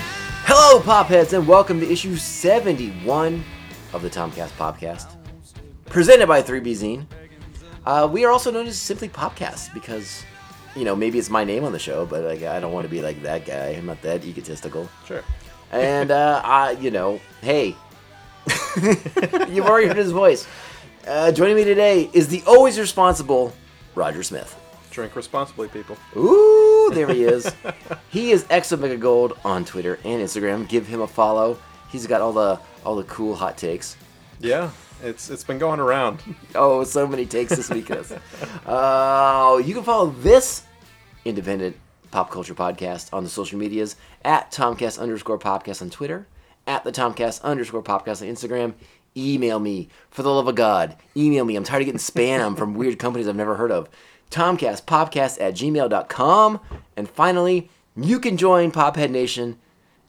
Hello, Popheads, and welcome to issue 71 of the Tomcast Podcast, presented by 3B Zine. Uh, we are also known as simply Popcast because, you know, maybe it's my name on the show, but like, I don't want to be like that guy. I'm not that egotistical. Sure. And, uh, I, you know, hey, you've already heard his voice. Uh, joining me today is the always responsible Roger Smith. Drink responsibly, people. Ooh, there he is. he is Exomegagold on Twitter and Instagram. Give him a follow. He's got all the all the cool hot takes. Yeah, it's it's been going around. Oh, so many takes this week. Chris. uh, you can follow this independent pop culture podcast on the social medias at Tomcast underscore podcast on Twitter, at the Tomcast underscore podcast on Instagram. Email me for the love of God. Email me. I'm tired of getting spam from weird companies I've never heard of. Tomcast podcast at gmail.com. And finally, you can join Pophead Nation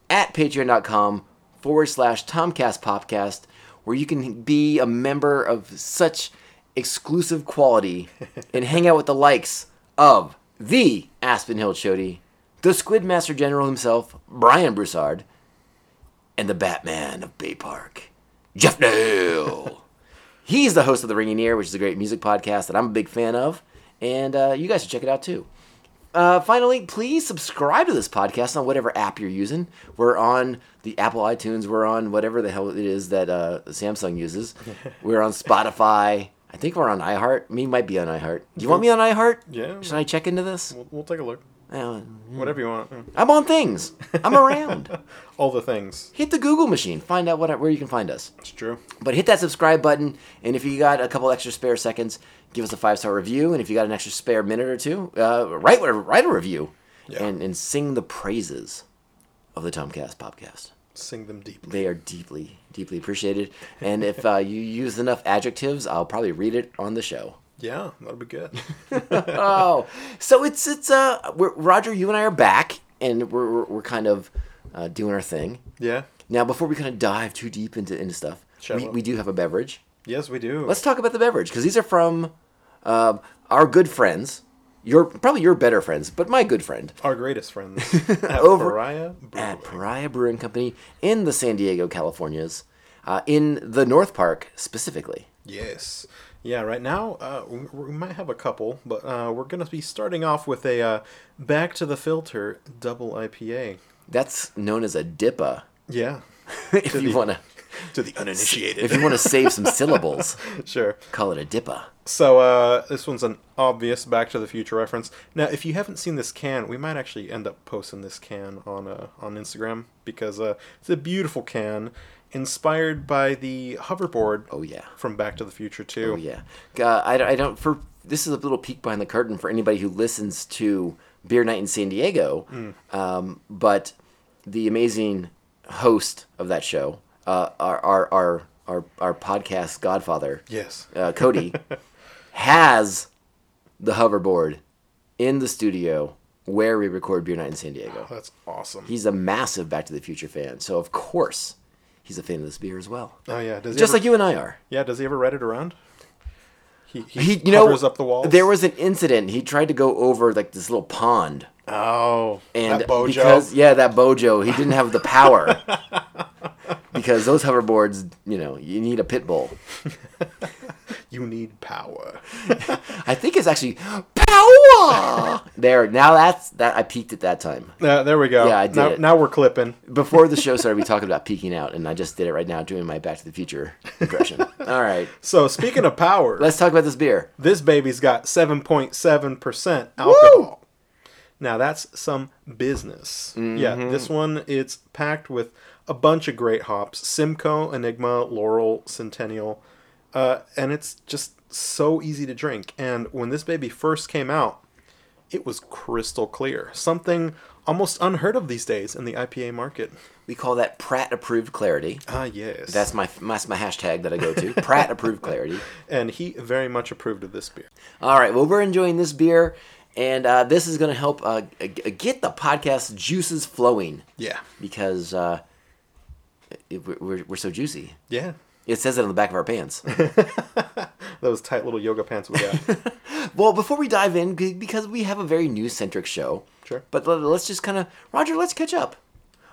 at patreon.com forward slash Tomcast Podcast, where you can be a member of such exclusive quality and hang out with the likes of the Aspen Hill Chody, the Squid Master General himself, Brian Broussard, and the Batman of Bay Park, Jeff Neal. He's the host of The Ringing Ear, which is a great music podcast that I'm a big fan of, and uh, you guys should check it out too. Uh, finally, please subscribe to this podcast on whatever app you're using. We're on the Apple iTunes. We're on whatever the hell it is that uh, Samsung uses. We're on Spotify. I think we're on iHeart. Me might be on iHeart. Do you want me on iHeart? Yeah. Should I check into this? We'll, we'll take a look. Uh, Whatever you want. Mm. I'm on things. I'm around. All the things. Hit the Google machine. Find out what, where you can find us. It's true. But hit that subscribe button, and if you got a couple extra spare seconds, give us a five star review. And if you got an extra spare minute or two, uh, write whatever, write a review, Yeah. and and sing the praises of the Tomcast podcast. Sing them deeply. They are deeply, deeply appreciated. And if uh, you use enough adjectives, I'll probably read it on the show. Yeah, that'll be good. oh, so it's it's uh, we're, Roger, you and I are back, and we're we're, we're kind of uh, doing our thing. yeah. Now, before we kind of dive too deep into into stuff, Shall we, we? we do have a beverage. Yes, we do. Let's talk about the beverage because these are from uh, our good friends. Your probably your better friends, but my good friend Our greatest friends at Over- Pariah at Brewery. Pariah Brewing Company in the San Diego, Californias, uh, in the North Park specifically. Yes. Yeah, right now uh, we, we might have a couple, but uh, we're going to be starting off with a uh, Back to the Filter double IPA. That's known as a DIPA. Yeah. if you the- want to, To the uninitiated. if you want to save some syllables, sure. call it a DIPA. So uh, this one's an obvious Back to the Future reference. Now, if you haven't seen this can, we might actually end up posting this can on uh, on Instagram because uh, it's a beautiful can, inspired by the hoverboard. Oh, yeah. from Back to the Future too. Oh yeah, uh, I, I don't. For this is a little peek behind the curtain for anybody who listens to Beer Night in San Diego. Hmm. Um, but the amazing host of that show, uh, our, our our our our podcast godfather, Yes. uh, Cody, has the hoverboard in the studio where we record Beer Night in San Diego. That's awesome. He's a massive Back to the Future fan, so of course he's a fan of this beer as well, oh yeah. Does he just ever, like you and I are. yeah. Does he ever ride it around? He he, he you hovers know up the walls. there was an incident he tried to go over like this little pond oh and that bojo. because yeah that bojo he didn't have the power because those hoverboards you know you need a pit bull you need power. i think it's actually power there now that's that i peaked at that time Uh, there we go. Yeah, I did Now, it. now we're clipping. before the show started we talked about peeking out and i just did it right now doing my back to the future impression all right So speaking of power, let's talk about this beer This baby's got 7.7% alcohol. Now that's some business. Yeah, this one it's packed with a bunch of great hops: Simcoe, Enigma, Laurel, Centennial, uh, and it's just so easy to drink. And when this baby first came out, it was crystal clear, something almost unheard of these days in the IPA market. we call that pratt approved clarity Ah, yes. that's my that's my hashtag that i go to pratt approved clarity and he very much approved of this beer. All right. Well, we're enjoying this beer, and uh, this is going to help uh, g- g- get the podcast juices flowing Yeah. because uh, it, we're- we're, we're so juicy. Yeah. It says it on the back of our pants. Those tight little yoga pants we got. well, before we dive in, g- because we have a very news centric show. Sure. But let- let's just kind of, Roger, let's catch up.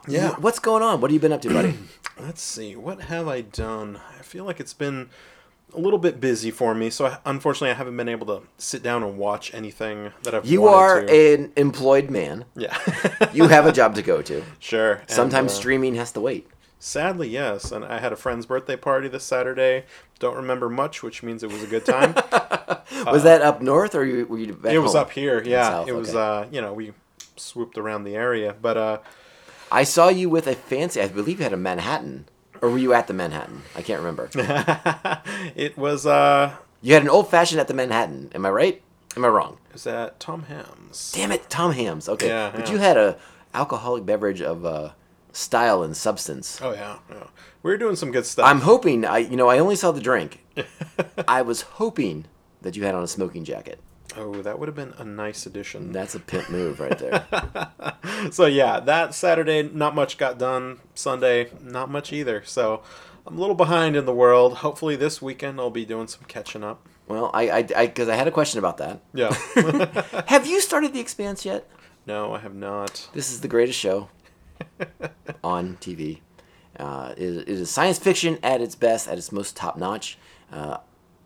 Yeah. What's going on? What have you been up to, buddy? Let's see. What have I done? I feel like it's been a little bit busy for me, so I, unfortunately, I haven't been able to sit down and watch anything that I've. you are wanted to. an employed man. Yeah. You have a job to go to. sure. And, Sometimes uh, streaming has to wait. Sadly, yes. And I had a friend's birthday party this Saturday. Don't remember much, which means it was a good time. Was that up north or you- were you back uh, it was home? up here. Yeah. Oh, south, it was. okay. Uh, you know, we swooped around the area, but uh, I saw you with a fancy, I believe you had a Manhattan. Or were you at the Manhattan? I can't remember. it was. Uh, You had an old fashioned at the Manhattan. Am I right? Am I wrong? it was at Tom Ham's. Damn it, Tom Hams. Okay, Yeah, but yeah. you had a alcoholic beverage of uh, style and substance. Oh yeah, yeah. We were doing some good stuff. I'm hoping I, you know, I only saw the drink. I was hoping that you had on a smoking jacket. Oh, that would have been a nice addition. That's a pimp move right there. so yeah, that Saturday not much got done. Sunday not much either. So I'm a little behind in the world. Hopefully this weekend I'll be doing some catching up. well, I, I, because I had a question about that. Yeah. Have you started The Expanse yet? no, I have not. This is the greatest show on TV. Uh, it, it is science fiction at its best, at its most top notch. Uh,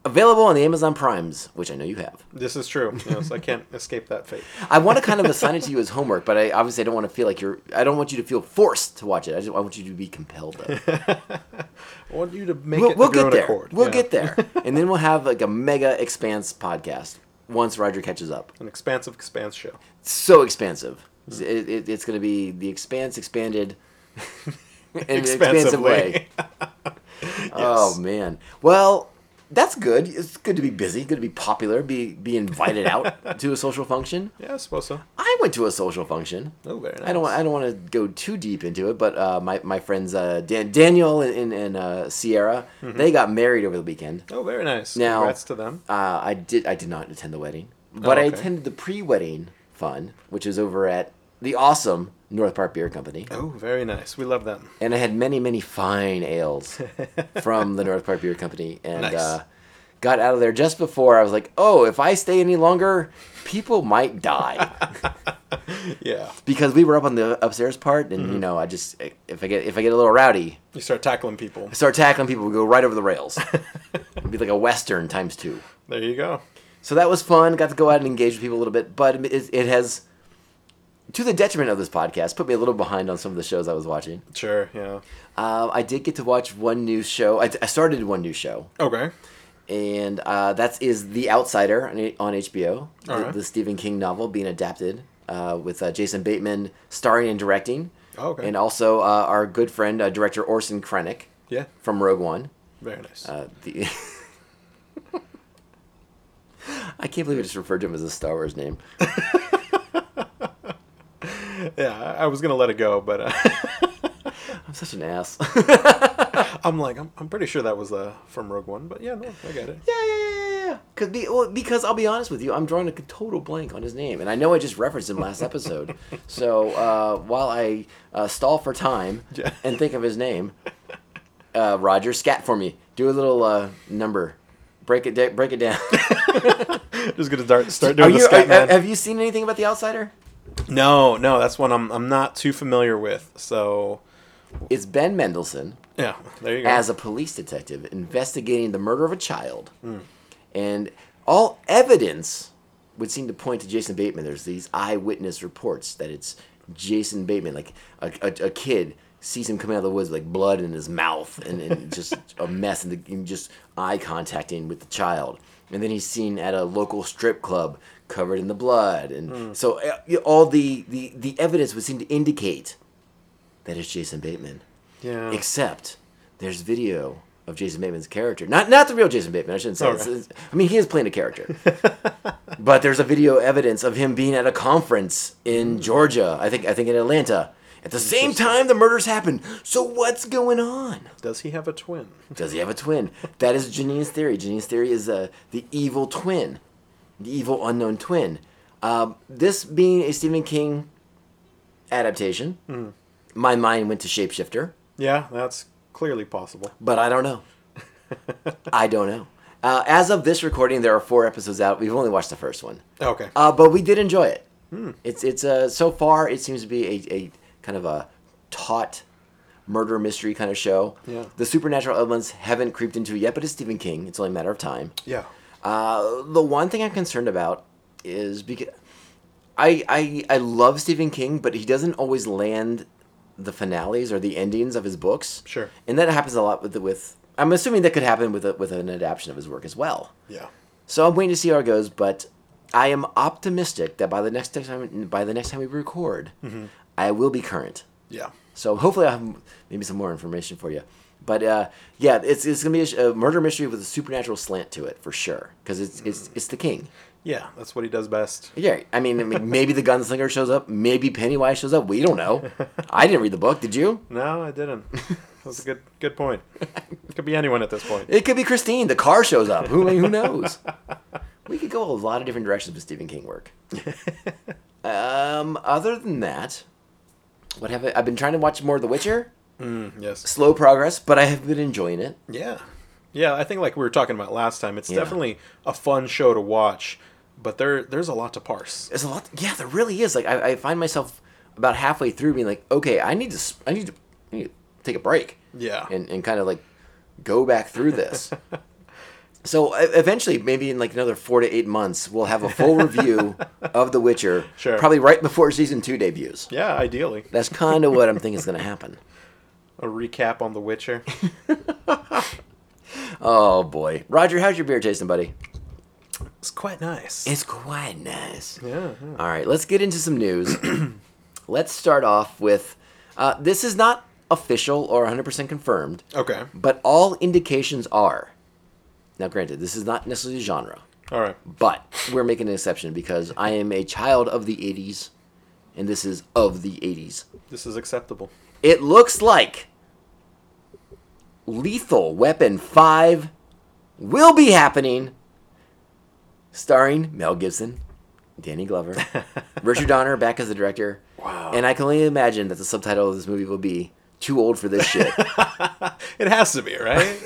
available on the Amazon Primes, which I know you have. This is true. Yes, I can't escape that fate. I want to kind of assign it to you as homework, but I obviously I don't want to feel like you're. I don't want you to feel forced to watch it. I just I want you to be compelled. Though. I want you to make We'll, it. we'll of your get own there. Accord. We'll Yeah. get there, and then we'll have like a mega expanse podcast once Roger catches up. An expansive expanse show. so expansive. It's- It, it, it's going to be the expanse expanded in an expansive way. Oh man. Well, that's good. It's good to be busy. Good to be popular. Be be invited out to a social function. yeah, I suppose so. I went to a social function. Oh, very nice. I don't. I don't want to go too deep into it, but uh, my my friends uh, Dan, Daniel and, and, and uh, Sierra, they got married over the weekend. Oh, very nice. Now- Congrats to them. Uh, I did. I did not attend the wedding, but I okay. attended the pre-wedding fun, which is over at the awesome North Park Beer Company, Oh, very nice. We love them. and I had many, many fine ales from the North Park Beer Company, and Nice. uh, got out of there just before I was like, "Oh, if I stay any longer, people might die." Yeah. because we were up on the upstairs part, and you know, I just if I get if I get a little rowdy, You start tackling people. I start tackling people, we go right over the rails. It'd be like a western times two. There you go. So that was fun. Got to go out and engage with people a little bit, but it, it has, to the detriment of this podcast, put me a little behind on some of the shows I was watching. Sure. Yeah. Uh, I did get to watch one new show. I, I started one new show, Okay. and uh, that is The Outsider on, on HBO, the, All right. the Stephen King novel being adapted uh, with uh, Jason Bateman starring and directing, Oh, Okay. and also uh, our good friend uh, director Orson Krennic Yeah. from Rogue One. Very nice. Uh, the I can't believe I just referred to him as a Star Wars name. yeah, I I was gonna let it go, but uh, I'm such an ass. I'm like, I'm, I'm pretty sure that was uh, from Rogue One. But yeah, no, I get it. yeah, yeah, yeah, yeah, yeah. Cause be, well, because I'll be honest with you, I'm drawing a total blank on his name, and I know I just referenced him last episode. So uh, while I uh, stall for time Yeah. and think of his name, uh, Roger, scat for me. Do a little uh, number. Break it. Da- break it down. Just gonna start start Are doing the you, are, scat man. have you seen anything about The Outsider? no, no, that's one I'm I'm not too familiar with. So It's Ben Mendelsohn. yeah, there you go. as a police detective investigating the murder of a child. And all evidence would seem to point to Jason Bateman. There's these eyewitness reports that it's Jason Bateman, like a, a, a kid sees him coming out of the woods with like blood in his mouth and, and just a mess and, the, and just eye contacting with the child. And then he's seen at a local strip club covered in the blood. And Hmm. so uh, all the, the, the evidence would seem to indicate that it's Jason Bateman. yeah, Except there's video of Jason Bateman's character. Not not the real Jason Bateman, I shouldn't say. It's- Okay. it's- I mean, he is playing a character. but there's a video evidence of him being at a conference in Georgia. I think I think in Atlanta. At the same time the murders happened. So what's going on? does he have a twin? Does he have a twin? That is Janine's theory. Janine's theory is uh, the evil twin, the evil unknown twin. Um, this being a Stephen King adaptation, my mind went to Shapeshifter. Yeah, that's clearly possible. But I don't know. I don't know. Uh, as of this recording, there are four episodes out. We've only watched the first one, Okay, uh, but we did enjoy it. It's it's uh, so far it seems to be a, a kind of a hot murder mystery kind of show. Yeah. The supernatural elements haven't creeped into it yet, but it's Stephen King. It's only a matter of time. Yeah. Uh, the one thing I'm concerned about is because I, I I love Stephen King, but he doesn't always land the finales or the endings of his books. Sure. And that happens a lot with with I'm assuming that could happen with a, with an adaptation of his work as well. Yeah. So I'm waiting to see how it goes, but I am optimistic that by the next time by the next time we record, I will be current. Yeah. So hopefully I'll have maybe some more information for you. But uh, yeah, it's, it's gonna be a, sh- a murder mystery with a supernatural slant to it for sure, because it's it's it's the king. Yeah. That's what he does best. Yeah, I mean, I mean, maybe the gunslinger shows up, maybe Pennywise shows up. We don't know. I didn't read the book. Did you? No, I didn't. That's a good good point. Could be anyone at this point. It could be Christine. The car shows up. Who who knows? We could go a lot of different directions with Stephen King work. um, other than that, what have I, I've been trying to watch more of The Witcher? Yes. Slow progress, but I have been enjoying it. Yeah. Yeah, I think like we were talking about last time, it's Yeah. definitely a fun show to watch, but there there's a lot to parse. There's a lot. Yeah, there really is. Like I, I find myself about halfway through being like, okay, I need to, s- I need to, I need to take a break. Yeah. and, and kind of like go back through this. so e- eventually, maybe in like another four to eight months, we'll have a full review of The Witcher. Sure. Probably right before season two debuts. yeah, ideally. That's kind of what I'm thinking is going to happen. A recap on The Witcher. Oh boy, Roger, how's your beer tasting, buddy? It's quite nice. It's quite nice. yeah, yeah. All right, let's get into some news. let's start off with uh, this is not official or 100% confirmed, Okay. but all indications are. Now, granted, this is not necessarily genre. All right. But we're making an exception because I am a child of the 80s, and this is of the 80s. This is acceptable. It looks like Lethal Weapon 5 will be happening, starring Mel Gibson, Danny Glover, Richard Donner back as the director. Wow. And I can only imagine that the subtitle of this movie will be Too Old for This Shit. It has to be, right?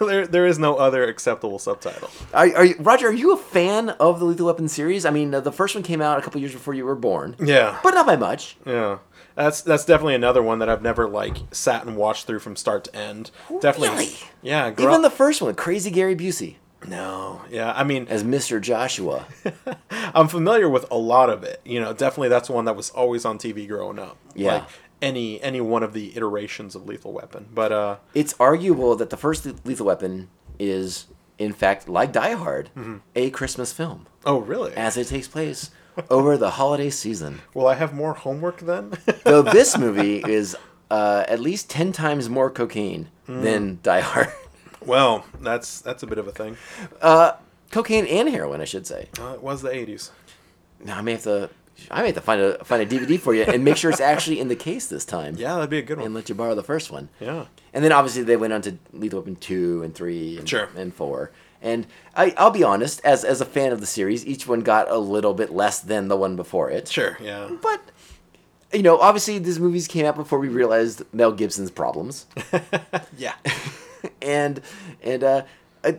there there is no other acceptable subtitle. are, are you, Roger, are you a fan of the Lethal Weapon series? I mean, uh, the first one came out a couple years before you were born, Yeah. but not by much. Yeah. That's that's definitely another one that I've never like sat and watched through from start to end. Definitely. Really? Yeah, grow- Even the first one, Crazy Gary Busey No. Yeah, I mean, as Mr. Joshua. I'm familiar with a lot of it. You know, definitely that's one that was always on TV growing up. Yeah. Like any any one of the iterations of Lethal Weapon. But uh it's arguable that the first Lethal Weapon is, in fact, like Die Hard, Mm-hmm. a Christmas film, oh, really? as it takes place over the holiday season. Will I have more homework then? Though this movie is uh, at least 10 times more cocaine Mm. than Die Hard. well, that's that's a bit of a thing. cocaine and heroin, I should say. Uh, it was the 80s. Now, I may have to. I may have to find a find a DVD for you and make sure it's actually in the case this time. Yeah, that'd be a good one. and let you borrow the first one. Yeah. And then obviously they went on to Lethal Weapon two and three and, Sure. and four. And I, I'll be honest, as as a fan of the series, each one got a little bit less than the one before it. Sure, yeah. But you know, obviously these movies came out before we realized Mel Gibson's problems, Yeah. and and uh, I,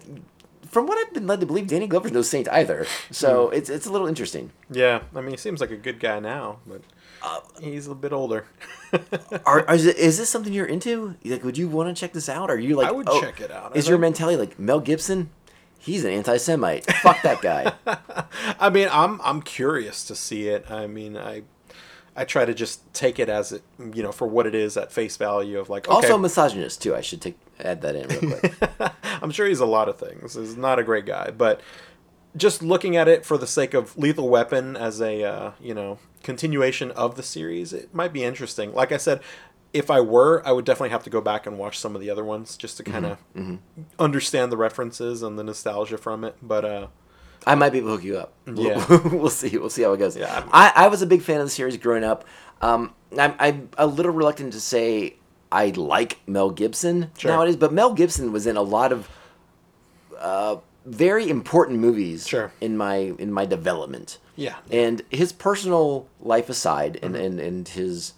from what I've been led to believe, Danny Glover's no saint either. So it's it's a little interesting. Yeah, I mean, he seems like a good guy now, but Uh, he's a bit older. Are, are is, it, is this something you're into? Like, would you want to check this out? Are you like? oh, I would check it out. I Is your think- mentality like Mel Gibson? He's an anti-Semite. Fuck that guy. I mean, I'm I'm curious to see it. I mean, I I try to just take it as it, you know, for what it is at face value of like, okay, Also a misogynist too. I should take add that in real quick. I'm sure he's a lot of things. He's not a great guy, but just looking at it for the sake of Lethal Weapon as a uh, you know continuation of the series, it might be interesting. Like I said, if I were, I would definitely have to go back and watch some of the other ones just to kind of understand the references and the nostalgia from it. But uh, I might be able to hook you up. We'll- Yeah. we'll see. We'll see how it goes. Yeah, I'm- I, I was a big fan of the series growing up. Um, I'm, I'm a little reluctant to say I like Mel Gibson Sure. nowadays, but Mel Gibson was in a lot of uh, very important movies Sure. in my in my development. Yeah. and his personal life aside, and Mm-hmm. and, and his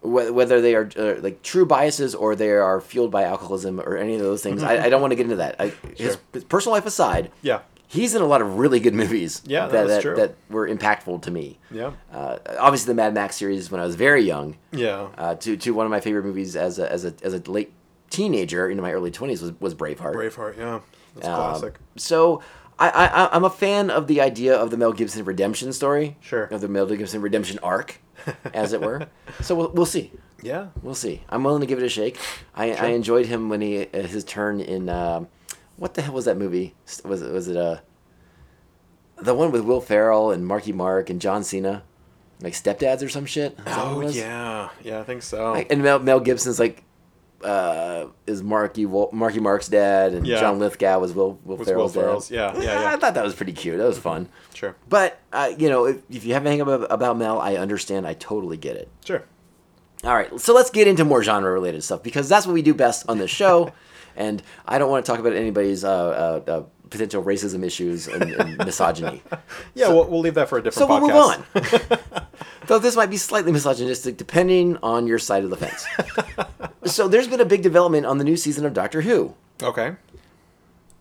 whe- whether they are uh, like true biases or they are fueled by alcoholism or any of those things, I, I don't want to get into that. I, his, Sure. his personal life aside, yeah, he's in a lot of really good movies. Yeah, that, that's that, true. that were impactful to me. Yeah. Uh, obviously, the Mad Max series when I was very young, Yeah. uh, to to one of my favorite movies as a as a as a late teenager into my early twenties was was Braveheart. Braveheart, yeah. That's Um, classic. So I, I I- I'm a fan of the idea of the Mel Gibson redemption story. Sure. Of the Mel Gibson redemption arc, as it were. so we'll, we'll see. Yeah. We'll see. I'm willing to give it a shake. I, I enjoyed him when he uh, his turn in um, what the hell was that movie? S- Was it was it uh, the one with Will Ferrell and Marky Mark and John Cena, like stepdads or some shit? Is that what it Oh was? yeah. Yeah, I think so. Like, and Mel, Mel Gibson's like uh, is Marky Wa- Marky Mark's dad, and Yeah. John Lithgow was Will Will Was Will Ferrell's Ferrell's. dad. Yeah, yeah, I- I yeah. thought that was pretty cute. That was fun. Sure. But uh, you know, if, if you have anything about, about Mel, I understand. I totally get it. Sure. All right, so let's get into more genre related stuff because that's what we do best on this show. and I don't want to talk about anybody's uh, uh, uh, potential racism issues and, and misogyny. Yeah, we'll, we'll leave that for a so different we'll podcast. move on. Though this might be slightly misogynistic depending on your side of the fence. so there's been a big development on the new season of Doctor Who, Okay.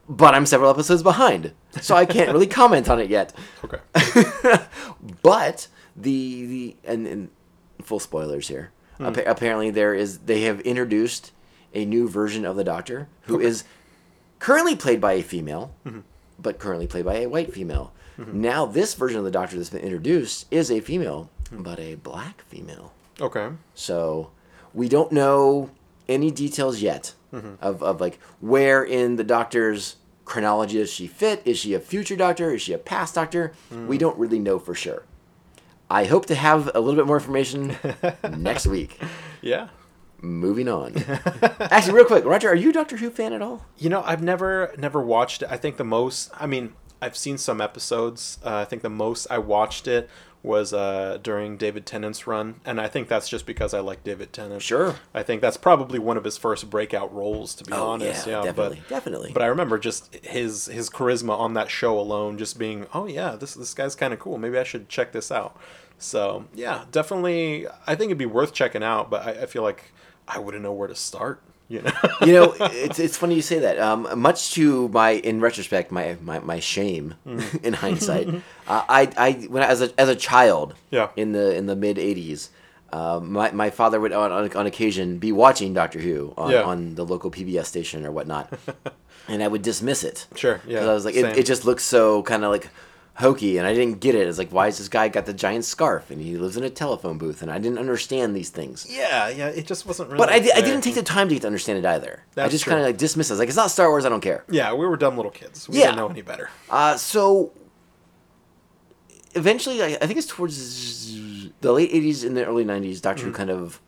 but I'm several episodes behind, so I can't really comment on it yet. Okay. but the the and, and full spoilers here. Appa- apparently, there is they have introduced a new version of the Doctor who is currently played by a female, but currently played by a white female. Now, this version of the Doctor that's been introduced is a female, but a black female. Okay. So we don't know any details yet of, of like where in the doctor's chronology does she fit? Is she a future doctor? Is she a past doctor? We don't really know for sure. I hope to have a little bit more information next week. Yeah. Moving on. Actually, real quick, Roger, are you a Doctor Who fan at all? You know, I've never never watched it. I think the most I mean, I've seen some episodes. Uh, I think the most I watched it was uh, during David Tennant's run, and I think that's just because I like David Tennant. Sure. I think that's probably one of his first breakout roles, to be Oh, honest. yeah, Yeah, definitely, but definitely. But I remember just his his charisma on that show alone, just being, oh yeah, this this guy's kind of cool. Maybe I should check this out. So yeah, definitely. I think it'd be worth checking out, but I, I feel like I wouldn't know where to start. You know. you know, it's, it's funny you say that. Um, much to my, in retrospect, my my, my shame Mm. in hindsight, uh, I I when I, as a as a child, Yeah. in the in the mid '80s, uh, my my father would on, on on occasion be watching Doctor Who on, Yeah. on the local PBS station or whatnot, and I would dismiss it. Sure, 'Cause yeah, I was like, same. it, it just looks so kind of like hokey, and I didn't get it. It's like, why is this guy got the giant scarf and he lives in a telephone booth, and I didn't understand these things. Yeah, yeah, it just wasn't really. But I, di- I there. didn't take the time to get to understand it either. I That's just true. kind of like dismissed it. I was Like it's not Star Wars. I don't care. Yeah, we were dumb little kids. We Yeah. didn't know any better. Uh, so eventually, I, I think it's towards the late '80s and the early '90s. Doctor Mm-hmm. Who kind of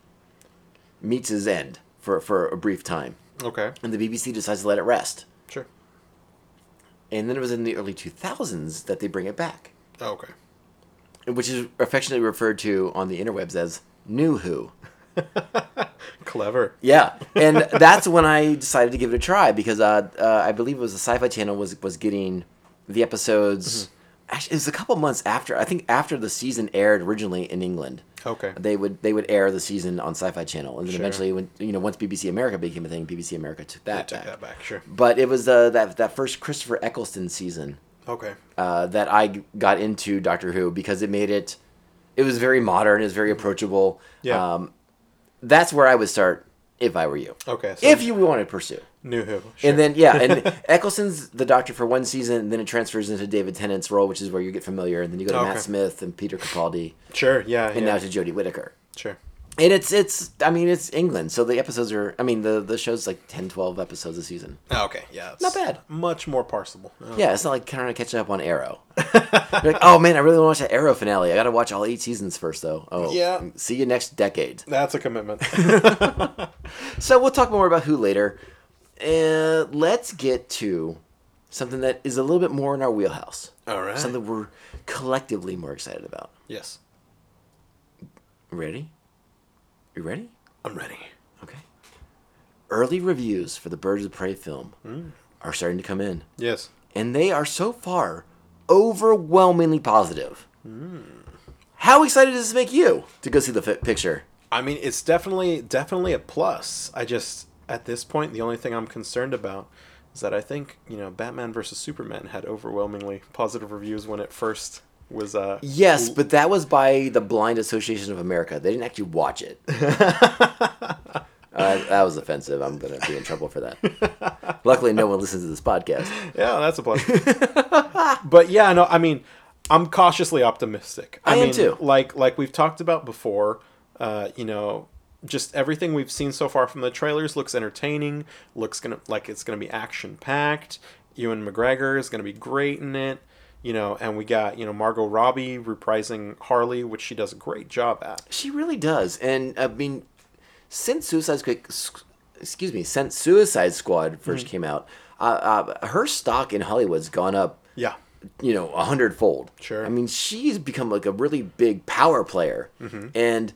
meets his end for for a brief time, Okay, and the BBC decides to let it rest. sure. And then it was in the early 2000s that they bring it back, Oh, okay. which is affectionately referred to on the interwebs as New Who. Clever. Yeah, and that's when I decided to give it a try because uh, uh, I believe it was the Sci-Fi Channel was was getting the episodes. Mm-hmm. Actually, it was a couple months after. I think after the season aired originally in England, Okay. they would they would air the season on Sci-Fi Channel, and then Sure. eventually, when you know, once BBC America became a thing, BBC America took They that took back. that back. Sure. But it was uh, that that first Christopher Eccleston season Okay. uh, that I g- got into Doctor Who because it made it. It was very modern. It was very approachable. Yeah. Um, that's where I would start if I were you Okay. So if you want to pursue. knew who, sure. And then yeah, and Eccleston's the doctor for one season, and then it transfers into David Tennant's role, which is where you get familiar, and then you go to Matt Okay. Smith and Peter Capaldi, sure. Yeah. and yeah. now to Jodie Whittaker. sure. And it's it's I mean it's England, so the episodes are I mean the the show's like 10, 12 episodes a season. Oh, okay. Yeah. it's Not bad. Much more parsable. Oh, Yeah, it's not like kind of catching up on Arrow. You're like, oh man, I really want to watch that Arrow finale. I got to watch all eight seasons first, though. Oh, Yeah. See you next decade. That's a commitment. So we'll talk more about who later. Uh, let's get to something that is a little bit more in our wheelhouse. All right. Something we're collectively more excited about. yes. Ready? You ready? I'm ready. Okay. Early reviews for the Birds of Prey film Hmm. are starting to come in, Yes. and they are so far overwhelmingly positive. Hmm. How excited does this make you to go see the fi picture? I mean, it's definitely definitely a plus. I just at this point, the only thing I'm concerned about is that I think you know Batman versus Superman had overwhelmingly positive reviews when it first was uh Yes, but that was by the Blind Association of America. They didn't actually watch it. uh, that was offensive. I'm going to be in trouble for that. Luckily, no one listens to this podcast. yeah that's a plus but yeah no I mean I'm cautiously optimistic I, I am mean, too. like like we've talked about before uh you know just everything we've seen so far from the trailers looks entertaining looks gonna like it's gonna be action packed Ewan McGregor is gonna be great in it you know and we got you know Margot Robbie reprising Harley which she does a great job at She really does. And I mean, since Suicide Squad, excuse me, since Suicide Squad 1st came out, uh, uh, her stock in Hollywood's gone up. yeah you know, a hundredfold. Sure. I mean, she's become like a really big power player, and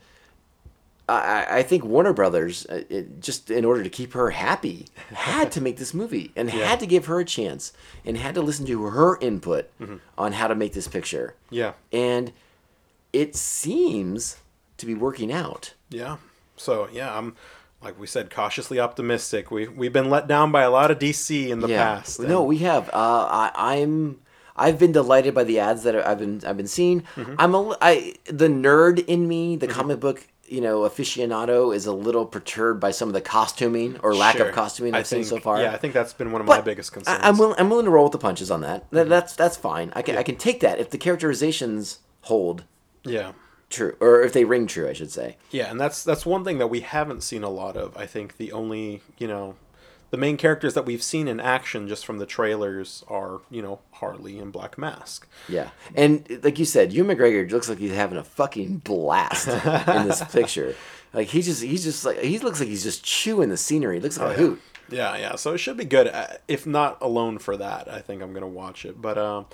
I, I- I think Warner Brothers, uh, it, just in order to keep her happy, had to make this movie and had to give her a chance and had to listen to her input on how to make this picture. yeah And it seems to be working out. Yeah. So yeah, I'm like we said, cautiously optimistic. We we've been let down by a lot of DC in the past. and- No, we have. Uh, I, I'm. I've been delighted by the ads that I've been I've been seeing. Mm-hmm. I'm a li- I the nerd in me, the comic book you know aficionado, is a little perturbed by some of the costuming or lack Sure. of costuming I've seen think, so far. Yeah, I think that's been one of my biggest Mm-hmm. concerns. I, am willing. I'm willing to roll with the punches on that. That That's that's fine. I can I can take that if the characterizations hold yeah. true or if they ring true, I should say. Yeah, and that's that's one thing that we haven't seen a lot of. I think the only you know, the main characters that we've seen in action just from the trailers are you know Harley and Black Mask. Yeah, and like you said, Hugh McGregor looks like he's having a fucking blast in this picture. Like he just, he's just like he looks like he's just chewing the scenery. He looks like a hoot. Oh, Yeah, yeah. So it should be good. Uh, If not alone for that, I think I'm gonna watch it. But um,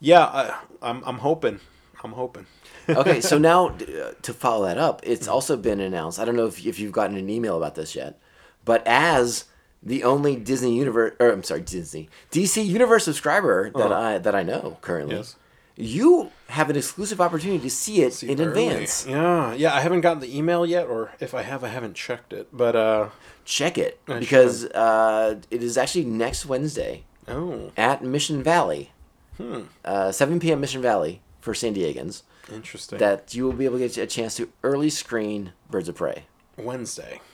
yeah, I, I'm I'm hoping. I'm hoping. Okay, so now uh, to follow that up, it's also been announced. I don't know if if you've gotten an email about this yet, but as the only Disney universe, or I'm sorry, Disney DC Universe subscriber that I that I know currently, Oh. Yes. you have an exclusive opportunity to see it in early. advance. Yeah, yeah. I haven't gotten the email yet, or if I have, I haven't checked it. But uh, Check it because uh, it is actually next Wednesday. oh, at Mission Valley, Hmm. uh, 7 p.m. Mission Valley for San Diegans, interesting. that you will be able to get a chance to early screen Birds of Prey Wednesday.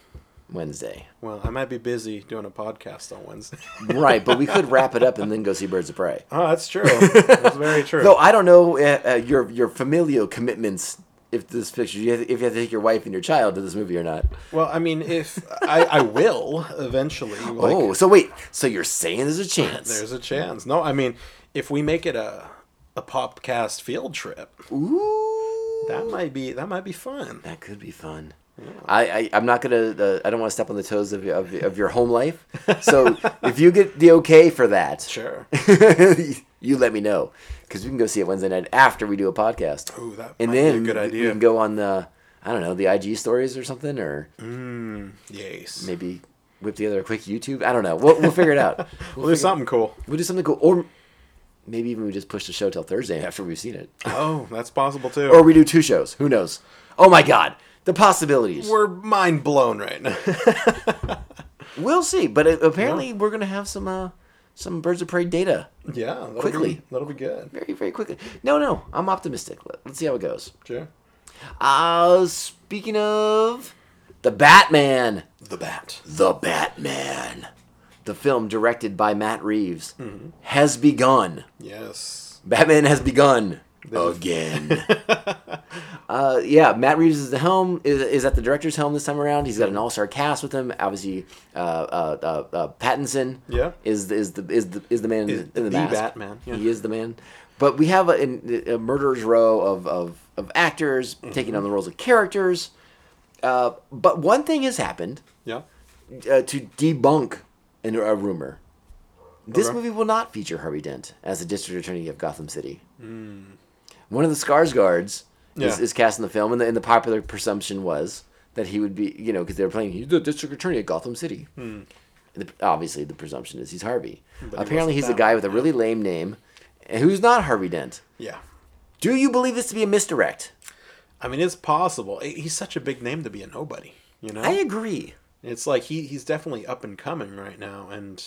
Wednesday. Well, I might be busy doing a podcast on Wednesday. right, but we could wrap it up and then go see Birds of Prey. oh, that's true. That's very true. Though I don't know uh, uh, your your familial commitments. If this picture, you have, if you have to take your wife and your child to this movie or not. well, I mean, if I, I will eventually. Like, oh, so wait, so you're saying there's a chance? there's a chance. No, I mean, if we make it a a podcast field trip, Ooh, that might be that might be fun. That could be fun. I, I I'm not gonna. Uh, I don't want to step on the toes of, of of your home life. So if you get the okay for that, Sure. you let me know because we can go see it Wednesday night after we do a podcast. Ooh, that and might be a then good we- idea. we can go on the I don't know the IG stories or something, or Mm. Yes. maybe whip together a quick YouTube. I don't know. We'll we'll figure it out. We'll do something cool. We'll do something cool, or maybe even we just push the show till Thursday after we've seen it, Oh, that's possible too. or we do two shows. Who knows? Oh my God, the possibilities. We're mind blown right now. We'll see, but uh, apparently we're gonna have some uh, some birds of prey data Yeah, that'll Quickly. Be, that'll be good. very very quickly. No, no, I'm optimistic. Let, let's see how it goes. Sure. Uh speaking of the Batman, The bat. the Batman, the film directed by Matt Reeves has begun. Yes. Batman has begun again. uh, yeah, Matt Reeves is the helm is, is at the director's helm this time around. He's got an all-star cast with him. Obviously, uh, uh, uh, uh, Pattinson. Yeah. is the- is the is the is the man in, the- in the the mask. Batman, yeah. He is the man. But we have a, an- a murderer's row of of, of actors Mm-hmm. taking on the roles of characters. Uh, but one thing has happened Yeah. uh, to debunk an, a rumor. This Okay. movie will not feature Harvey Dent as the district attorney of Gotham City. Mm. One of the Skarsgårds is, Yeah. is cast in the film, and the, and the popular presumption was that he would be, you know, because they were playing, he's the district attorney of Gotham City. Hmm. The, obviously, the presumption is he's Harvey. Apparently, wasn't he's a that guy with a really lame name who's not Harvey Dent. Yeah. Do you believe this to be a misdirect? I mean, it's possible. I- He's such a big name to be a nobody. You know, I agree. it's like he, he's definitely up and coming right now, and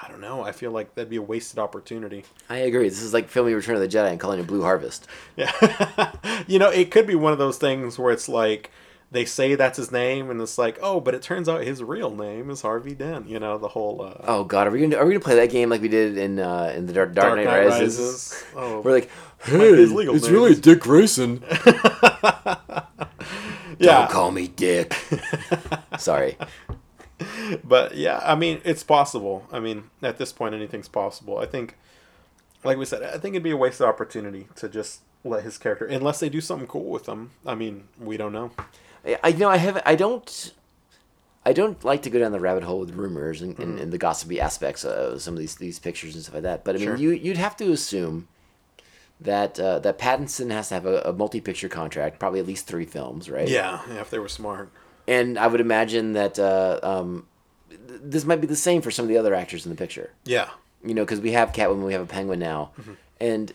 I don't know. I feel like that'd be a wasted opportunity. I agree. This is like filming Return of the Jedi and calling it Blue Harvest. Yeah. you know, it could be one of those things where it's like they say that's his name and it's like, oh, but it turns out his real name is Harvey Dent. You know, the whole uh, Oh God, are we gonna are we gonna play that game like we did in uh, in the Dark, Dark, Knight, Rises? Oh. We're like, hey, his legal it's name really is- Dick Grayson. Don't yeah. call me Dick. Sorry. But yeah, I mean, it's possible. I mean, at this point, anything's possible. I think, like we said, I think it'd be a wasted opportunity to just let his character, unless they do something cool with him. I mean, we don't know. I- I you know I have I don't I don't like to go down the rabbit hole with rumors and, and, and the gossipy aspects of some of these these pictures and stuff like that. But I mean, Sure. you you'd have to assume that uh, that Pattinson has to have a, a multi picture contract, probably at least three films, right? Yeah, yeah if they were smart. And I would imagine that uh, um, th- this might be the same for some of the other actors in the picture. Yeah. You know, because we have Catwoman, we have a Penguin now, and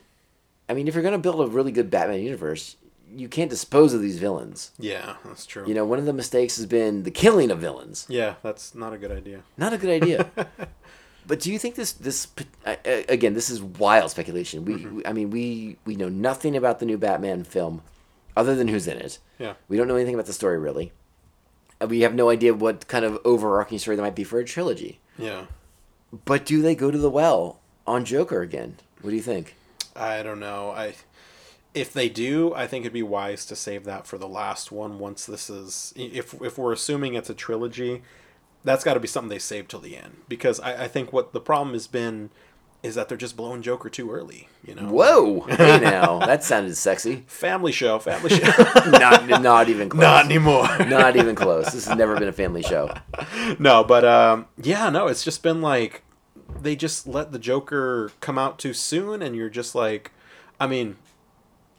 I mean, if you're going to build a really good Batman universe, you can't dispose of these villains. Yeah, that's true. You know, one of the mistakes has been the killing of villains. yeah, that's not a good idea. Not a good idea. but do you think this this I- I- again? This is wild speculation. We, we- I mean we we know nothing about the new Batman film, other than who's in it. Yeah. We don't know anything about the story really. And We have no idea what kind of overarching story there might be for a trilogy. Yeah. But do they go to the well on Joker again? What do you think? I don't know. I if they do, I think it'd be wise to save that for the last one. Once this is, if if we're assuming it's a trilogy, that's got to be something they save till the end because I, I think what the problem has been is that they're just blowing Joker too early. You know, Whoa! Hey now, that sounded sexy. family show, family show. Not not even close. Not anymore. Not even close. This has never been a family show. no, but um, yeah, no, it's just been like they just let the Joker come out too soon, and you're just like, I mean,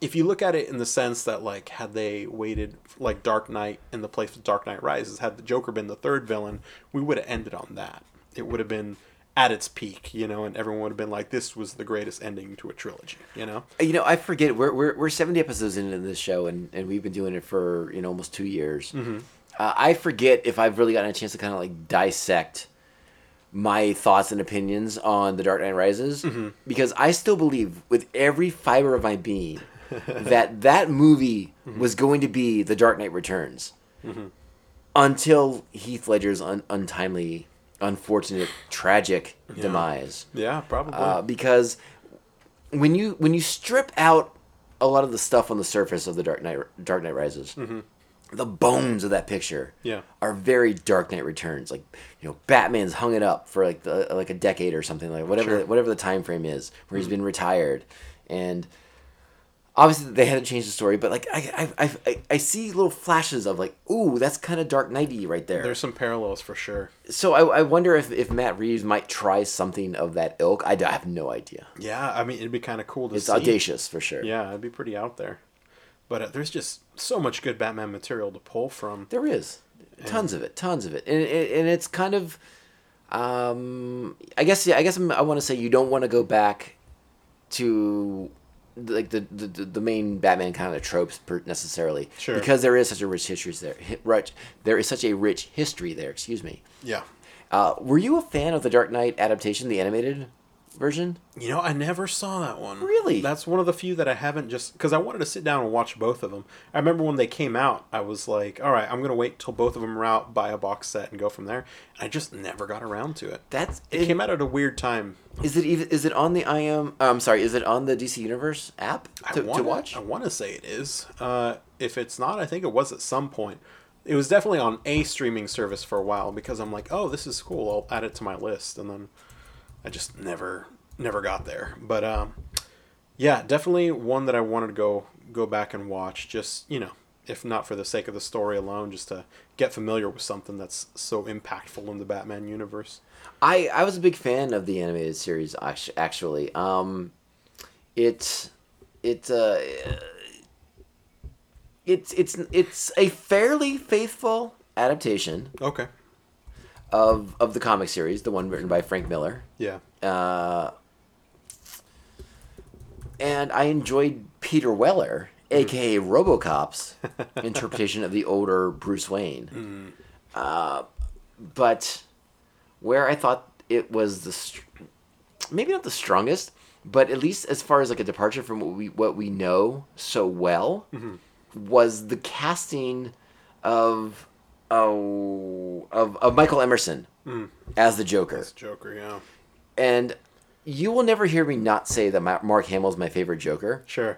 if you look at it in the sense that like had they waited like Dark Knight in the place of Dark Knight Rises, had the Joker been the third villain, we would have ended on that. It would have been at its peak, you know, and everyone would have been like, this was the greatest ending to a trilogy, you know. You know, I forget we're we're, we're seventy episodes into this show, and, and we've been doing it for you know almost two years. Uh, I forget if I've really gotten a chance to kind of like dissect my thoughts and opinions on The Dark Knight Rises because I still believe with every fiber of my being that that movie was going to be The Dark Knight Returns until Heath Ledger's un- untimely, unfortunate, tragic demise Yeah, probably. uh, because when you when you strip out a lot of the stuff on the surface of the Dark Knight Dark Knight Rises, the bones of that picture Mm-hmm. Yeah. are very Dark Knight Returns. Like you know, Batman's hung it up for like the, like a decade or something like whatever Sure. Mm-hmm. whatever the time frame is where he's been retired and. Obviously, they had to change the story, but like I, I, I, I- I see little flashes of like, ooh, that's kind of Dark Knighty right there There's some parallels for sure. so I, I wonder if, if Matt Reeves might try something of that ilk. I, d- I have no idea. Yeah, I mean, it'd be kind of cool to It's see. audacious for sure. Yeah, it'd be pretty out there. But uh, there's just so much good Batman material to pull from. There is tons of it, tons of it, and and, and it's kind of, um, I guess yeah, I guess I'm, I want to say you don't want to go back to like the, the the- the main Batman kind of tropes per, necessarily Sure. because there is such a rich history there. hi- Rich, there is such a rich history there. Excuse me. Yeah. Uh, were you a fan of the Dark Knight adaptation, the animated version? You know, I never saw that one. Really? That's one of the few that I haven't just because I wanted to sit down and watch both of them. I remember when they came out, I was like, all right, I'm going to wait till both of them are out, buy a box set, and go from there. And I just never got around to it. That's it, it- came out at a weird time. Is it even? Is it on the I am? I'm sorry. Is it on the DC Universe app I to, wanna, to watch? I want to say it is. Uh, if it's not, I think it was at some point. It was definitely on a streaming service for a while because I'm like, oh, this is cool. I'll add it to my list, and then I just never never got there. But um, yeah, definitely one that I wanted to go go back and watch. Just you know, if not for the sake of the story alone, just to get familiar with something that's so impactful in the Batman universe. I I was a big fan of the animated series act- actually. Um, it it uh, it's it's it's a fairly faithful adaptation Okay. of of the comic series, the one written by Frank Miller. Yeah. and I enjoyed Peter Weller, aka RoboCop's interpretation of the older Bruce Wayne. Uh, but where I thought it was the str- maybe not the strongest, but at least as far as like a departure from what we what we know so well was the casting of oh of of Michael Emerson as the Joker Joker, yeah. and you will never hear me not say that Ma- Mark Hamill is my favorite Joker. Sure.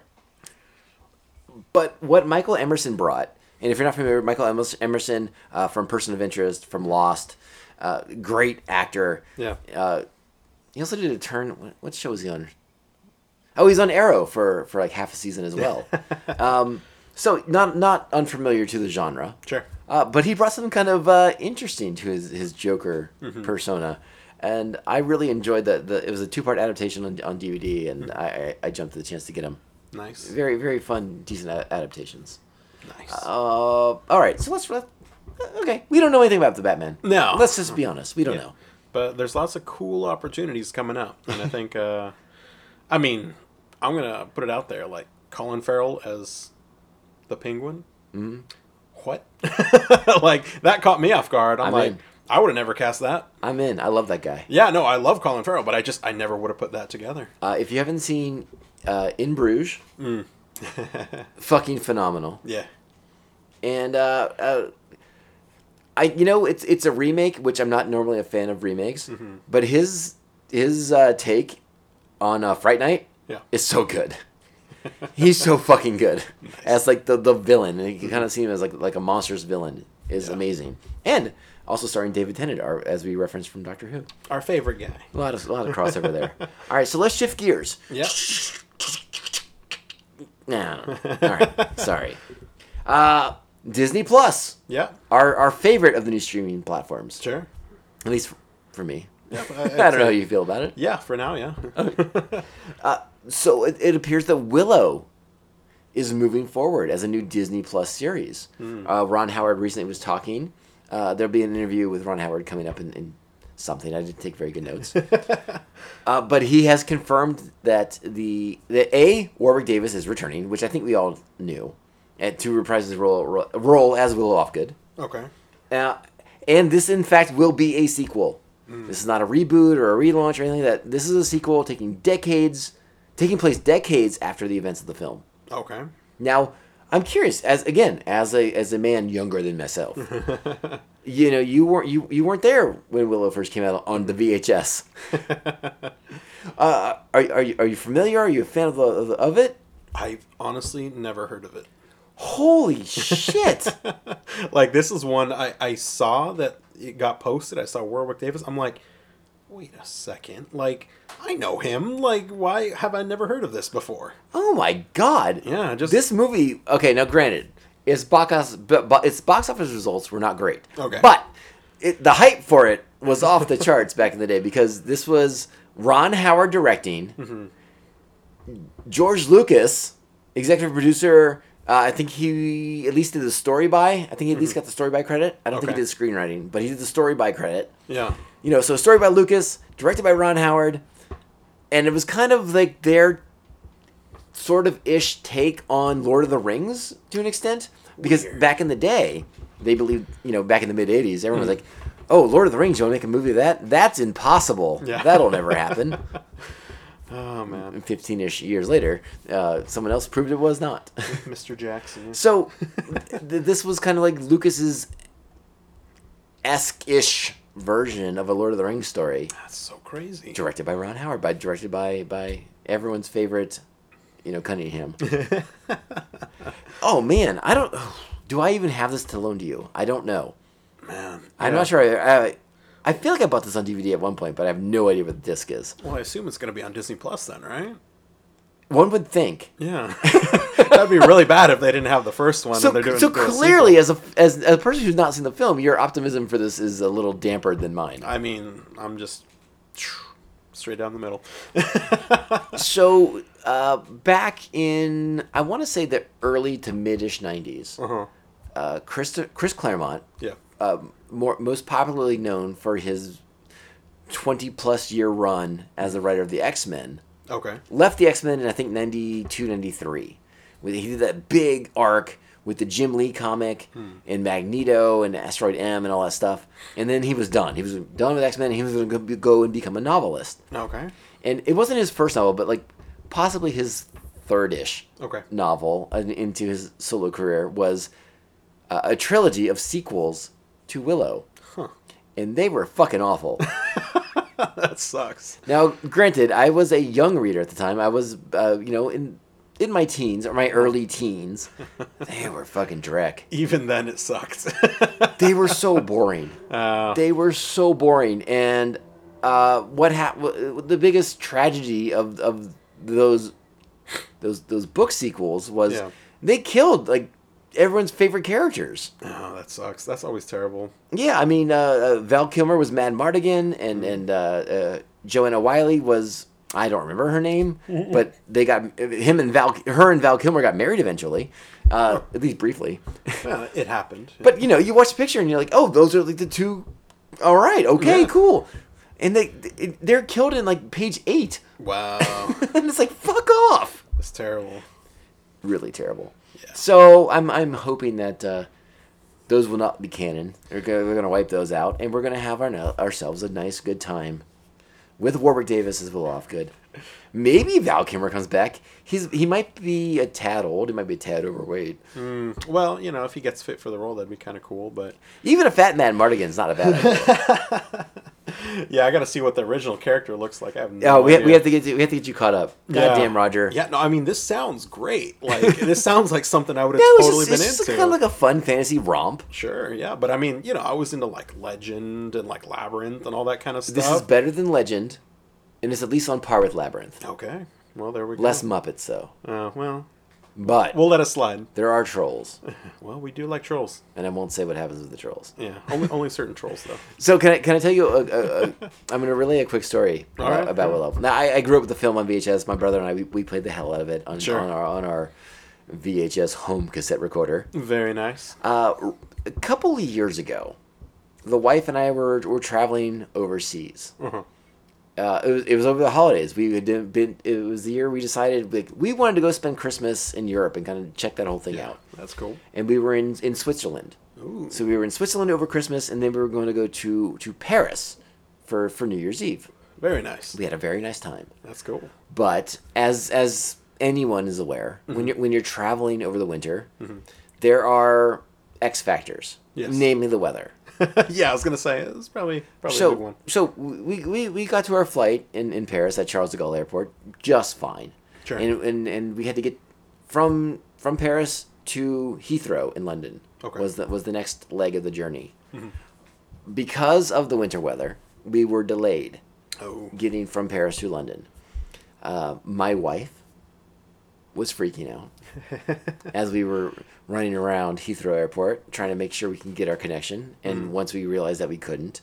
But what Michael Emerson brought, and if you're not familiar, Michael Emerson- Emerson uh, from Person of Interest, from Lost, uh, great actor. Yeah. Uh, he also did a turn. what- What show was he on? Oh, he's on Arrow for for like half a season as well. um, so not not unfamiliar to the genre. Sure. Uh, but he brought something kind of uh, interesting to his his Joker persona, and I really enjoyed that. The, it was a two part adaptation on, on DVD, and I, I I jumped at the chance to get him. Nice. Very very fun, decent a- adaptations. Nice. Uh, all right, so let's let, okay. We don't know anything about the Batman. No. let's just be honest. We don't Yeah. know. But there's lots of cool opportunities coming up, and I think, uh, I mean, I'm gonna put it out there, like Colin Farrell as the Penguin. What? like that caught me off guard. I'm I'm like, in. I would have never cast that. I'm in. I love that guy. Yeah, no, I love Colin Farrell, but I just I never would have put that together. Uh, if you haven't seen uh, In Bruges, Mm. fucking phenomenal. Yeah. and uh, uh, I you know it's it's a remake, which I'm not normally a fan of remakes, Mm-hmm. but his his uh, take on uh, Fright Night Yeah. is so good. He's so fucking good as like the the villain, and you can kind of see him as like like a monstrous villain is Yeah. amazing, and also starring David Tennant, our, as we referenced from Doctor Who. Our favorite guy. A lot of a lot of crossover there. All right, so let's shift gears. Yeah. Nah, all right, sorry. Uh, Disney Plus, Yeah. our our favorite of the new streaming platforms. Sure. At least f- for me. I- I don't know how you feel about it. Yeah, for now, yeah. So it, it appears that Willow is moving forward as a new Disney Plus series. Uh, Ron Howard recently was talking. Uh, there'll be an interview with Ron Howard coming up in, in something. I didn't take very good notes. uh, but he has confirmed that the, that A, Warwick Davis is returning, which I think we all knew, and to reprise his role, role, role as Willow Offgood. Okay. Now, Uh, and this, in fact, will be a sequel. This is not a reboot or a relaunch or anything like that. This is a sequel taking decades, taking place decades after the events of the film. Okay. Now, I'm curious, as again, as a as a man younger than myself, you know, you weren't you, you weren't there when Willow first came out on the VHS. uh, are, are you are you familiar? Are you a fan of the, of, the, of it? I've honestly never heard of it. Holy shit! like this is one I, I saw that it got posted. I saw Warwick Davis. I'm like, wait a second. Like I know him. Like why have I never heard of this before? Oh my god! Yeah, just- this movie. Okay, now granted, its box office, but, but its box office results were not great. Okay. but it, the hype for it was off the charts back in the day because this was Ron Howard directing, Mm-hmm. George Lucas, executive producer. Uh, I think he at least did the story by. I think he at least got the story by credit. I don't think Mm-hmm. Okay. he did screenwriting, but he did the story by credit Yeah. you know, so story by Lucas, directed by Ron Howard, and it was kind of like their sort of ish take on Lord of the Rings to an extent, because back in the day, they believed, you know, back in the mid '80s, everyone was Hmm. like, "Oh, Lord of the Rings, you want to make a movie of that? That's impossible. Yeah. That'll never happen." Oh man, Fifteen ish years later, uh, someone else proved it was not. Mr. Jackson. So th- this was kind of like Lucas's esque ish version of a Lord of the Rings story. That's so crazy. directed by Ron Howard, by directed by by everyone's favorite, you know, Cunningham. oh man, I don't. Do I even have this to loan to you? I don't know. Man. I'm Yeah. not sure. I, I I feel like I bought this on DVD at one point, but I have no idea what the disc is. Well, I assume it's gonna be on Disney Plus then, right? One would think. Yeah. That'd be really bad if they didn't have the first one So, and they're doing so the sequel. clearly, as a as, as a person who's not seen the film, your optimism for this is a little dampered than mine. I mean, I'm just straight down the middle. So uh, back in I want to say the early to midish '90s, Uh-huh. uh, Chris Chris Claremont Yeah. uh, more, most popularly known for his 20 plus year run as the writer of the X Men, Okay. left the X Men in I think 92, 93. When He did that big arc with the Jim Lee comic and Magneto and Asteroid M and all that stuff. And then he was done. He was done with X Men. and He was going to go and become a novelist. Okay. And it wasn't his first novel, but like possibly his third-ish Okay. novel and into his solo career was uh, a trilogy of sequels to Willow, Huh. and they were fucking awful. that sucks. Now, granted, I was a young reader at the time. I was, uh, you know, in in my teens or my early teens. They were fucking dreck. Even then, it sucks. They were so boring. uh, They were so boring. And uh, what hap- w- the biggest tragedy of of those those those book sequels was Yeah. they killed like everyone's favorite characters. oh, that sucks. That's always terrible. Yeah, I mean, uh, uh, Val Kilmer was Mad Mardigan, and and uh, uh, Joanna Wiley was I don't remember her name, but they got him and Val, her and Val Kilmer got married eventually, uh, at least briefly. Well, it happened. But you know, you watch the picture and you're like, oh, those are like the two. All right, okay, Yeah. cool. And they they're killed in like page eight, wow, and it's like fuck off. that's terrible. really terrible. Yeah. So I'm I'm hoping that uh, those will not be canon. We're gonna, we're gonna wipe those out, and we're gonna have our, ourselves a nice good time with Warwick Davis as Willow Good. Maybe Val Kilmer comes back. He's he might be a tad old. He might be a tad overweight. Hmm. Well, you know, if he gets fit for the role, that'd be kind of cool. But Even a fat man Mardigan's not a bad idea. yeah, I got to see what the original character looks like. I have no oh, we, ha- idea. we have to get you, we have to get you caught up. God damn, Roger. Yeah, no, I mean, this sounds great. Like, this sounds like something I would have No, it's totally just, been it's just into. kind of like a fun fantasy romp. Sure, yeah, but I mean, you know, I was into like Legend and like Labyrinth and all that kind of stuff. This is better than Legend, and it's at least on par with Labyrinth. okay. Well, there we go. Less Muppets though, Uh, well, but we'll let it slide. there are trolls. Well, we do like trolls. and I won't say what happens with the trolls. Yeah, only only certain trolls though. So can I can I tell you? A, a, a, I'm going to relay a quick story All about, right, about sure. Willow. Now I, I grew up with the film on VHS. My brother and I we, we played the hell out of it on, Sure. on our on our VHS home cassette recorder. Very nice. Uh, a couple of years ago, the wife and I were were traveling overseas. Uh-huh. Uh, it, was, it was over the holidays. We had been. It was the year we decided like we wanted to go spend Christmas in Europe and kind of check that whole thing Yeah, out. that's cool. And we were in in Switzerland. Ooh, So we were in Switzerland over Christmas, and then we were going to go to to Paris for for New Year's Eve. very nice. We had a very nice time, That's cool. but as as anyone is aware, Mm-hmm. when you're when you're traveling over the winter, there are X factors, Yes. namely the weather. yeah, I was gonna say it's probably probably a good So one. so we, we we got to our flight in in Paris at Charles de Gaulle Airport just fine, Sure. and and and we had to get from from Paris to Heathrow in London. Okay. Mm-hmm. was the was the next leg of the journey. Because of the winter weather, we were delayed Oh, getting from Paris to London. Uh, my wife was freaking out as we were running around Heathrow Airport trying to make sure we can get our connection. And once we realized that we couldn't,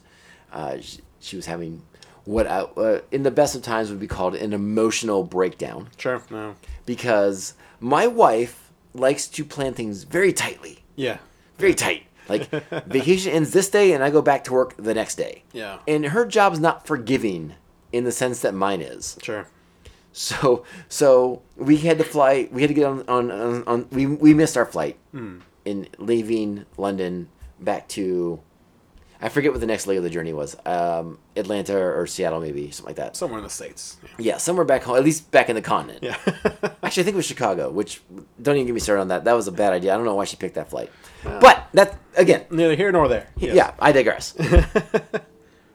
uh, she, she was having what I, uh, in the best of times would be called an emotional breakdown sure. No. because my wife likes to plan things very tightly, Yeah. very tight. Like vacation ends this day and I go back to work the next day. Yeah. And her job's not forgiving in the sense that mine is. Sure. So so we had to fly. We had to get on on on. on we we missed our flight Hmm. in leaving London back to. I forget what the next leg of the journey was. Um, Atlanta or Seattle, maybe something like that. Somewhere in the states. Yeah, somewhere back home, at least back in the continent. Yeah. Actually, I think it was Chicago. Which don't even get me started on that. That was a bad idea. I don't know why she picked that flight. But that again, Neither here nor there. Yes. yeah, I digress.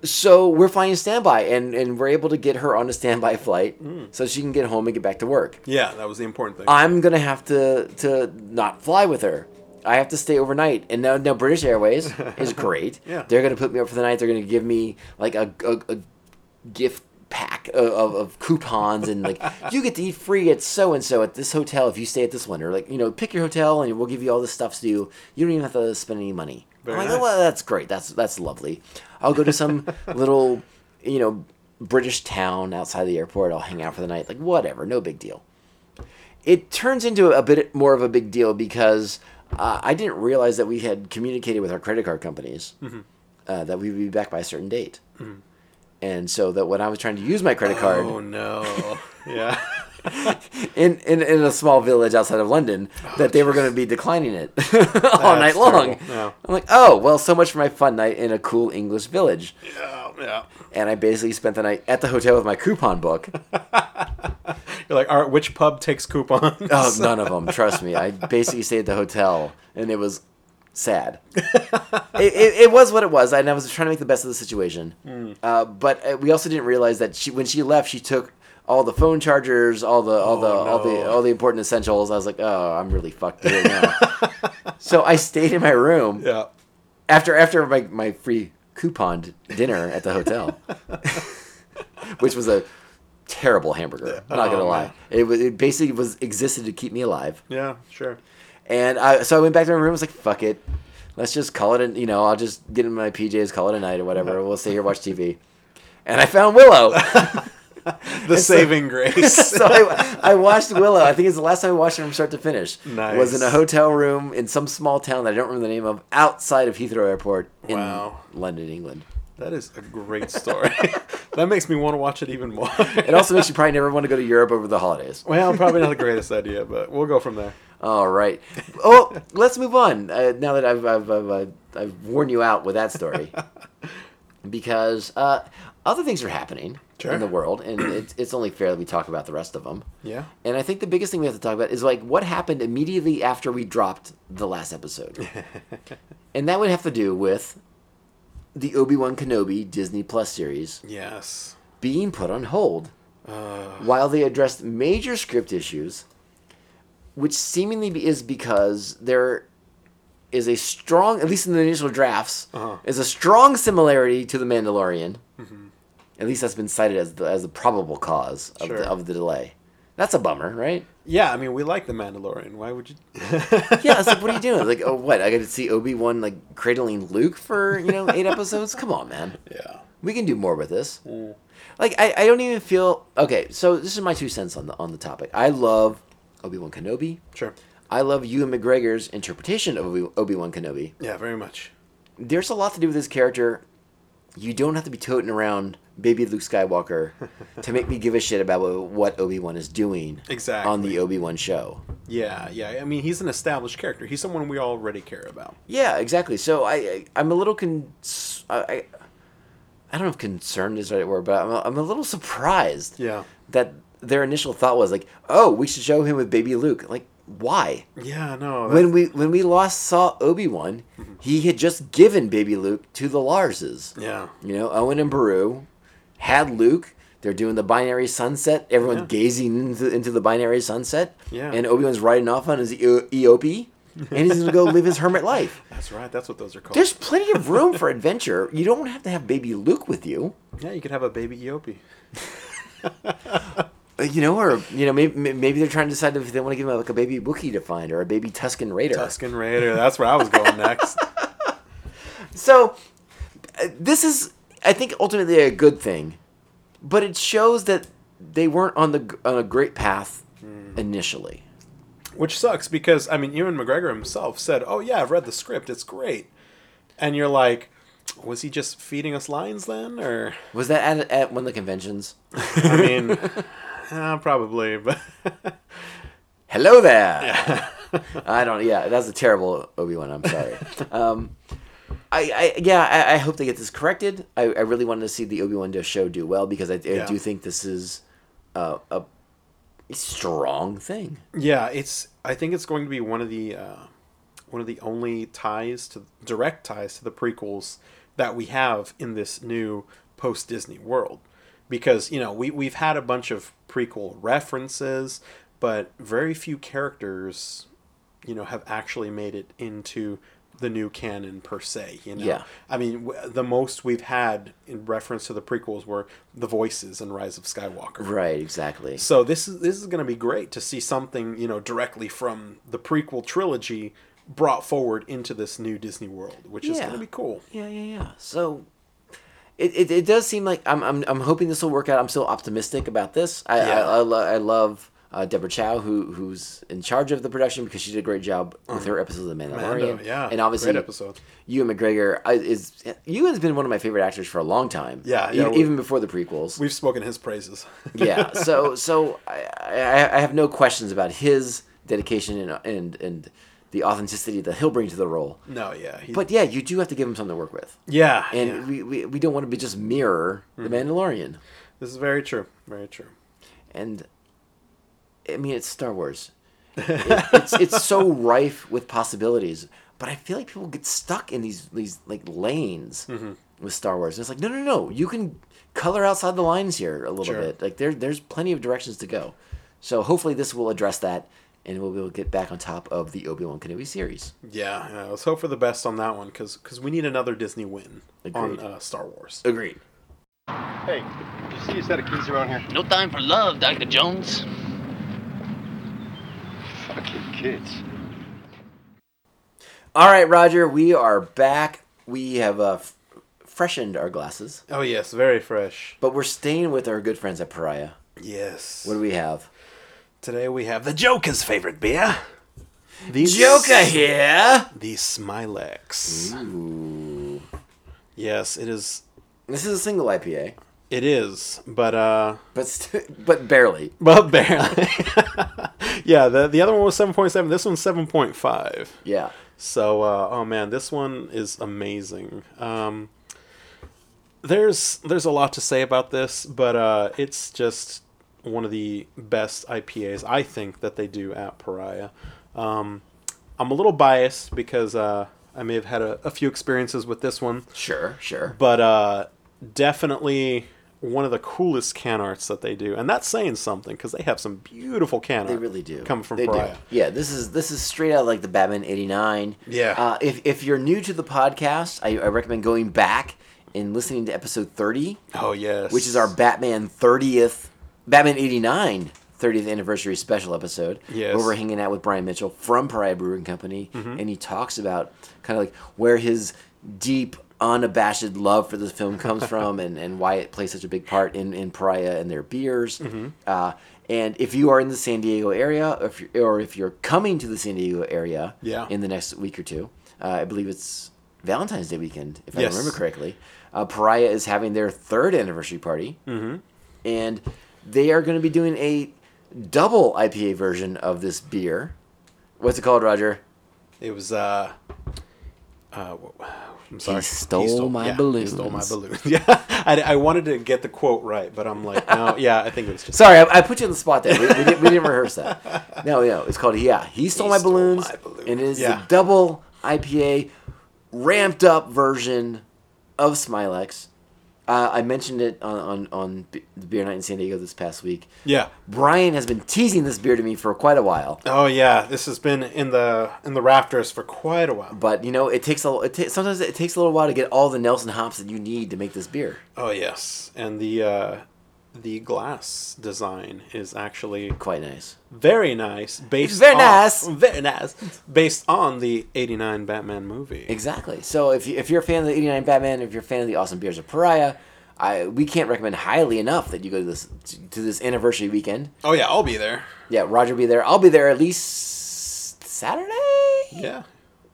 so we're flying standby, and and we're able to get her on a standby flight, so she can get home and get back to work. Yeah, that was the important thing. I'm gonna have to to not fly with her. I have to stay overnight, and now now British Airways is great. Yeah. they're gonna put me up for the night. They're gonna give me like a a, a gift pack of, of, of coupons and like you get to eat free at so and so at this hotel if you stay at this one or like you know pick your hotel and we'll give you all this stuff to do. You don't even have to spend any money. Very I'm like, nice. oh, well, that's great. That's that's lovely. I'll go to some little you know British town outside the airport. I'll hang out for the night. Like whatever, no big deal it turns into a bit more of a big deal because uh, I didn't realize that we had communicated with our credit card companies uh, that we would be back by a certain Mm-hmm. date. And so that when I was trying to use my credit card, Oh no. yeah. in, in in a small village outside of London that they were going to be declining it all night Oh, That's long. terrible. Yeah. I'm like, oh well, so much for my fun night in a cool English village. Yeah, Oh, yeah. And I basically spent the night at the hotel with my coupon book. You're like, all right, which pub takes coupons? Oh, none of them. Trust me. I basically stayed at the hotel, and it was sad. it, it, it was what it was, and I was trying to make the best of the situation. Hmm. Uh, but uh, we also didn't realize that she, when she left, she took all the phone chargers, all the all the Oh, all the no. all the important essentials. I was like, oh, I'm really fucked right now. so I stayed in my room yeah. after after my, my free couponed dinner at the hotel, which was a terrible hamburger. I'm not Oh, gonna lie, man. it was it basically was existed to keep me alive. Yeah, sure. And I so I went back to my room. I was like, "Fuck it, let's just call it. A, you know, I'll just get in my PJs, call it a night or whatever. We'll stay here, watch TV." And I found Willow. The saving grace. so I, I watched Willow. I think it's the last time I watched it from start to finish. Nice. Was in a hotel room in some small town that I don't remember the name of, outside of Heathrow Airport in Wow. London, England. that is a great story. that makes me want to watch it even more. It also makes you probably never want to go to Europe over the holidays. well, probably not the greatest idea, but we'll go from there. All right. Oh, let's move on. Uh, now that I've I've, I've, uh, I've worn you out with that story, because uh, other things are happening Sure. in the world, and it's, it's only fair that we talk about the rest of them. Yeah. And I think the biggest thing we have to talk about is like what happened immediately after we dropped the last episode, and that would have to do with the Obi Wan Kenobi Disney Plus series Yes. being put on hold Uh, while they addressed major script issues, which seemingly be- is because there is a strong, at least in the initial drafts, Uh-huh. is a strong similarity to The Mandalorian. At least that's been cited as the, as the probable cause of, Sure. the, of the delay. That's a bummer, right? yeah, I mean, we like The Mandalorian. Why would you? Yeah, it's like, what are you doing? Like, oh, what? I got to see Obi Wan like cradling Luke for you know eight episodes. Come on, man. Yeah. We can do more with this. Like I, I don't even feel okay. So this is my two cents on the on the topic. I love Obi Wan Kenobi. Sure. I love Ewan McGregor's interpretation of Obi Wan Kenobi. Yeah, very much. There's a lot to do with this character. You don't have to be toting around baby Luke Skywalker to make me give a shit about what- what Obi Wan is doing Exactly. on the Obi Wan show. Yeah, yeah. I mean, he's an established character. He's someone we already care about. Yeah, exactly. So I, I I'm a little con. I, I I don't know if concerned is the right word, but I'm a, I'm a little surprised. Yeah. That their initial thought was like, oh, we should show him with baby Luke. Like, why? Yeah, no. When we when we last saw Obi Wan, Mm-hmm. he had just given baby Luke to the Larses. yeah. You know, Owen and Baru had Luke. They're doing the binary sunset. Everyone's Yeah. gazing into, into the binary sunset. Yeah. And Obi Wan's riding off on his E EOP, and he's gonna go live his hermit life. That's right. That's what those are called. There's plenty of room for adventure. You don't have to have baby Luke with you, yeah, you could have a baby Eopi. Uh, you know, or you know, maybe maybe they're trying to decide if they want to give him like a baby Wookiee to find or a baby Tusken Raider. Tuscan Raider. That's where I was going next. So uh, this is, I think, ultimately a good thing, but it shows that they weren't on the on a great path initially. Which sucks because, I mean, Ewan McGregor himself said, Oh, yeah, I've read the script. It's great. And you're like, Was he just feeding us lines then? Or, Was that at, at one of the conventions? I mean, eh, probably, but Hello there. I don't. Yeah, that's a terrible Obi Wan. I'm sorry. um, I, I yeah. I, I hope they get this corrected. I, I really wanted to see the Obi Wan show do well because I, I do think this is uh, a strong thing. yeah, it's, I think it's going to be one of the, uh, one of the only ties to direct ties to the prequels that we have in this new post Disney world. Because, you know, we, we've had a bunch of prequel references, but very few characters you know have actually made it into the new canon per se you know Yeah. i mean w- the most we've had in reference to the prequels were the voices and rise of skywalker Right. Exactly. so this is this is going to be great to see something you know directly from the prequel trilogy brought forward into this new disney world which is Yeah. going to be cool Yeah, yeah, yeah. So it, it, it does seem like I'm, I'm I'm hoping this will work out. I'm still optimistic about this. I I, Yeah. I, lo- I love uh, Deborah Chow, who who's in charge of the production because she did a great job with her episode of The Mandalorian. Mando, uh, yeah, and obviously great episode. Ewan McGregor I- is Ewan has been one of my favorite actors for a long time. Yeah, e- yeah, we- even before the prequels. We've spoken his praises. yeah, so so I, I I have no questions about his dedication and and and the authenticity that he'll bring to the role. no, yeah. He, But yeah, you do have to give him something to work with, yeah, and yeah. Mm-hmm. we, we we don't want to be just mirror the Mandalorian. this is very true. Very true. and I mean it's Star Wars. It- it's it's so rife with possibilities, but I feel like people get stuck in these these like lanes with Star Wars. And it's like no no no, you can color outside the lines here a little Sure. bit. Like there there's plenty of directions to go. So hopefully this will address that, and we'll be able to get back on top of the Obi Wan Kenobi series. Yeah, yeah, let's hope for the best on that one because we need another Disney win on Agreed. uh, Star Wars. Agreed. Hey, did you see a set of keys around here? No time for love, Dr. Jones. Fucking kids. All right, Roger, we are back. We have uh, f- freshened our glasses, Oh yes, very fresh. but we're staying with our good friends at Pariah. Yes. What do we have? Today we have the Joker's favorite beer. The Joker here. The Smilex. Yes, it is. This is a single IPA, It is, but uh, but st- but barely. but barely. yeah, the the other one was seven point seven. This one's seven point five. Yeah. So, uh, oh man, this one is amazing. Um, there's there's a lot to say about this, but uh, it's just one of the best IPAs I think that they do at Pariah. Um, I'm a little biased because uh, I may have had a, a few experiences with this one, Sure. Sure. but uh, definitely one of the coolest can arts that they do, and that's saying something because they have some beautiful can art. They really do. come from they do. Pariah. Yeah. This is this is straight out like the Batman '89. Yeah. Uh, if if you're new to the podcast, I, I recommend going back and listening to episode 30, Oh yes, which is our Batman 30th, Batman '89. 30th anniversary special episode Yes. Mm-hmm. where we're hanging out with Brian Mitchell from Pariah Brewing Company and he talks about kind of like where his deep unabashed love for this film comes from and, and why it plays such a big part in, in Pariah and their beers. Mm-hmm. Uh, and if you are in the San Diego area or if you're, or if you're coming to the San Diego area Yeah. in the next week or two, uh, I believe it's Valentine's Day weekend, if Yes. I remember correctly, uh, Pariah is having their third anniversary party Mm-hmm. and they are going to be doing a double IPA version of this beer. What's it called, Roger? It was uh, uh, wh- I'm sorry. stole my yeah, He stole my balloons. balloons. Yeah, I, I wanted to get the quote right, but I'm like, no, yeah, I think it was just. Sorry, I, I put you on the spot there. We, we, didn't, we didn't rehearse that. No, no, it's called yeah. He stole, He my, Stole balloons, My Balloons. and it is Yeah. a double IPA, ramped up version of Smilex. Uh, I mentioned it on on, on B- the beer night in San Diego this past week. Yeah. Brian has been teasing this beer to me for quite a while. Oh yeah, this has been in the in the rafters for quite a while. But you know, it takes a it ta- sometimes it takes a little while to get all the Nelson hops that you need to make this beer. Oh yes, and the uh, the glass design is actually Quite nice. very nice. Based very on, nice. very nice, based on the '89 Batman movie. Exactly. So if you, if you're a fan of the '89 Batman, if you're a fan of the awesome beers of Pariah, I we can't recommend highly enough that you go to this to this anniversary weekend. Oh yeah, I'll be there. Yeah, Roger will be there. I'll be there at least Saturday. Yeah.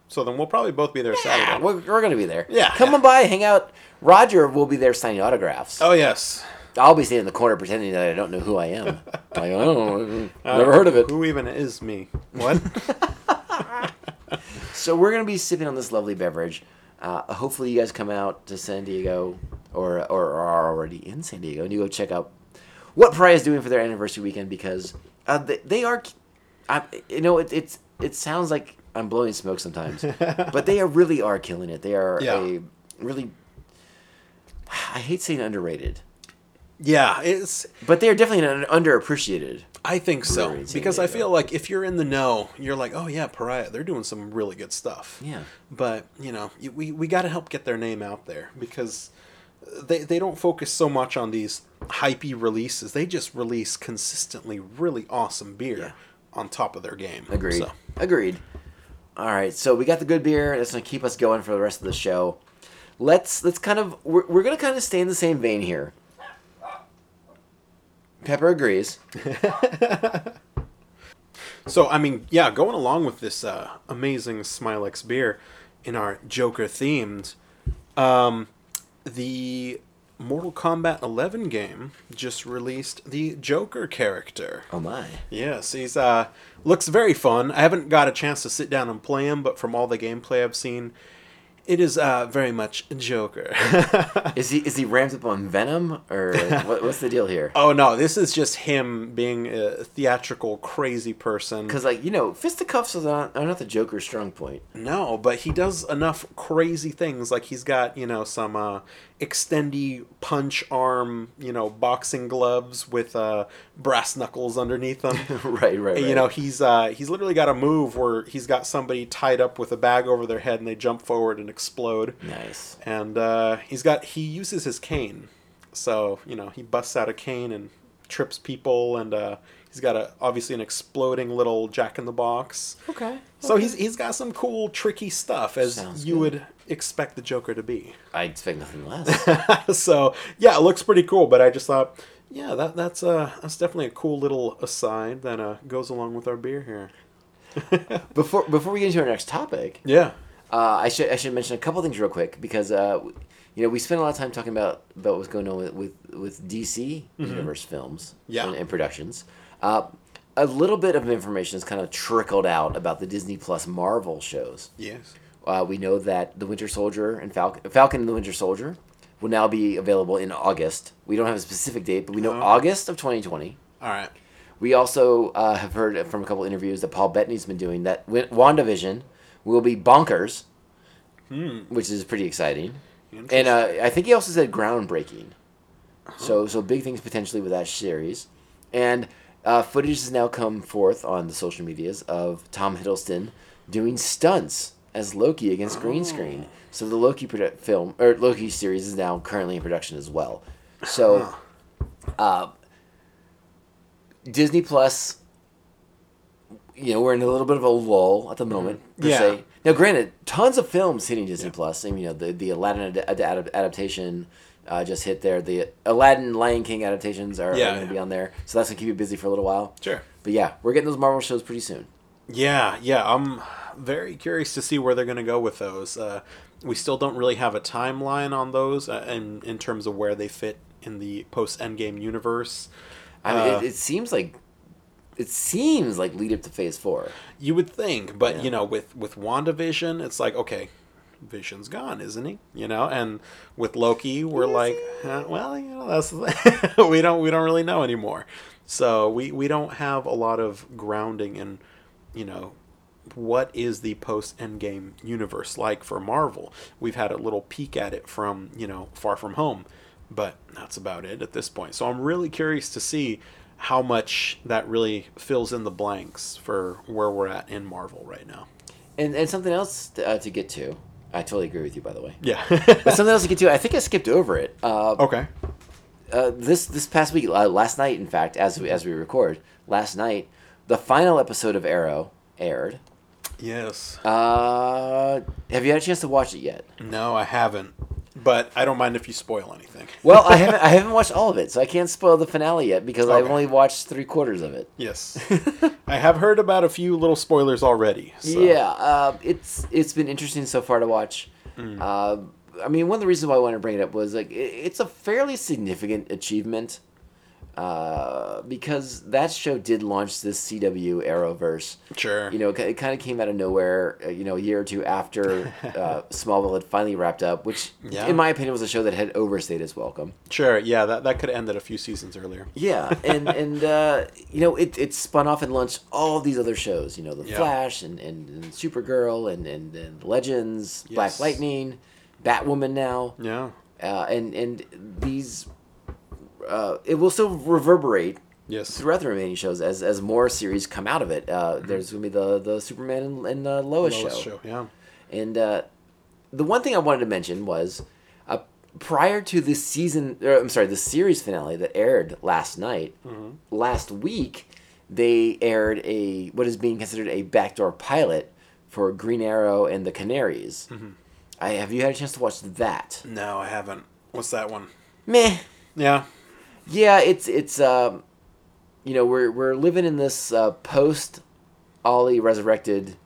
So then we'll probably both be there Saturday. Yeah, we're, we're gonna be there. Yeah, come yeah. on by, hang out. Roger will be there signing autographs. Oh yes. I'll be standing in the corner pretending that I don't know who I am. like, oh, never heard of it. Uh, Who even is me? What? So we're gonna be sipping on this lovely beverage. Uh, hopefully, you guys come out to San Diego, or or are already in San Diego, and you go check out what Pariah is doing for their anniversary weekend because uh, they, they are, I, you know, it, it's it sounds like I'm blowing smoke sometimes, but they are really are killing it. They are Yeah. a really, I hate saying underrated, yeah, it's. but they are definitely an underappreciated. I think Brewery so in San because I Diego. feel like if you're in the know, you're like, oh yeah, Pariah, they're doing some really good stuff. Yeah. But you know, you- we we got to help get their name out there because they they don't focus so much on these hypey releases. They just release consistently really awesome beer Yeah. on top of their game. Agreed. So, Agreed. All right, so we got the good beer. That's gonna keep us going for the rest of the show. Let's let's kind of we're, we're gonna kind of stay in the same vein here. Pepper agrees. So I mean, yeah, going along with this uh, amazing Smilex beer in our Joker themed, um, the Mortal Kombat 11 game just released the Joker character. Oh my. Yes, he's uh looks very fun. I haven't got a chance to sit down and play him, but from all the gameplay I've seen, it is uh very much Joker. Is he is he ramped up on Venom or like, what, what's the deal here? oh no, this is just him being a theatrical crazy person. Because like you know, fisticuffs are not, are not the Joker's strong point. No, but he does enough crazy things. Like he's got, you know, some uh, extendy punch arm, you know, boxing gloves with uh, brass knuckles underneath them. right, right, And, You right. know, he's uh, he's literally got a move where he's got somebody tied up with a bag over their head, and they jump forward and explode. Nice. And uh, he's got he uses his cane, so you know he busts out a cane and trips people, and uh, he's got a obviously an exploding little jack in the box. Okay. So he's he's got some cool tricky stuff as Sounds you good. would expect the Joker to be. I expect nothing less. so yeah, it looks pretty cool. But I just thought, yeah, that that's uh that's definitely a cool little aside that uh goes along with our beer here. before before we get into our next topic, Yeah. uh, I should I should mention a couple things real quick because uh, w- you know we spent a lot of time talking about about what's going on with with, with DC universe films Yeah. and, and productions. Uh, a little bit of information has kind of trickled out about the Disney Plus Marvel shows. Yes. Uh, we know that the Winter Soldier and Falcon, Falcon and the Winter Soldier will now be available in August. We don't have a specific date, but we know August of 2020. All right. We also uh, have heard from a couple interviews that Paul Bettany's been doing that Wi- WandaVision will be bonkers, which is pretty exciting. And uh, I think he also said groundbreaking. So, so big things potentially with that series. And uh, footage has now come forth on the social medias of Tom Hiddleston doing stunts as Loki against green screen. So the Loki produ- film or Loki series is now currently in production as well. So. uh, Disney Plus, you know, we're in a little bit of a lull at the moment. per Mm-hmm. Yeah. se. Now, granted, tons of films hitting Disney Plus. And, you know, the the Aladdin ad- ad- adaptation uh, just hit there. The Aladdin Lion King adaptations are, Yeah, going to yeah. be on there, so that's gonna keep you busy for a little while. Sure. But yeah, we're getting those Marvel shows pretty soon. Yeah, yeah, I'm very curious to see where they're going to go with those. Uh, we still don't really have a timeline on those, uh, in, in terms of where they fit in the post Endgame universe. I mean, Uh, it, it seems like it seems like lead up to Phase Four. You would think, but you know, with with WandaVision, it's like okay, Vision's gone, isn't he? You know, and with Loki, we're like, uh, well, you know, that's the thing. we don't we don't really know anymore. So we we don't have a lot of grounding in, you know, what is the post Endgame universe like for Marvel? We've had a little peek at it from you know Far From Home, but that's about it at this point. So I'm really curious to see how much that really fills in the blanks for where we're at in Marvel right now. And and something else to, uh, to get to. I totally agree with you, by the way. Yeah. But something else to get to. I think I skipped over it. Uh, okay. uh, this this past week, uh, last night, in fact, as we, as we record, last night, the final episode of Arrow aired. Yes. Uh, have you had a chance to watch it yet? No, I haven't. But I don't mind if you spoil anything. Well, I haven't I haven't watched all of it, so I can't spoil the finale yet because I've Okay. only watched three quarters of it. Yes. I have heard about a few little spoilers already. So. Yeah, uh, it's it's been interesting so far to watch. Mm. Uh, I mean, one of the reasons why I wanted to bring it up was like it, it's a fairly significant achievement uh, because that show did launch this CW Arrowverse. Sure. You know, it ki- it kind of came out of nowhere. uh, You know, a year or two after uh, Smallville had finally wrapped up, which, Yeah. in my opinion, was a show that had overstayed its welcome. Sure. Yeah, that, that could have ended a few seasons earlier. Yeah, and and uh, you know it, it spun off and launched all these other shows. You know, The Yeah. Flash and, and, and Supergirl and and, and Legends, Yes. Black Lightning, Batwoman now, Yeah. uh, and and these uh, it will still reverberate Yes. throughout the remaining shows as as more series come out of it. Uh, There's gonna be the the Superman and, and the Lois, Lowest show. show. Yeah. And uh, the one thing I wanted to mention was uh, prior to the season, or, I'm sorry, the series finale that aired last night, last week, they aired a what is being considered a backdoor pilot for Green Arrow and the Canaries. I have you had a chance to watch that? No, I haven't. What's that one? Meh. Yeah. Yeah, it's it's um, you know we're we're living in this uh, post Ollie resurrected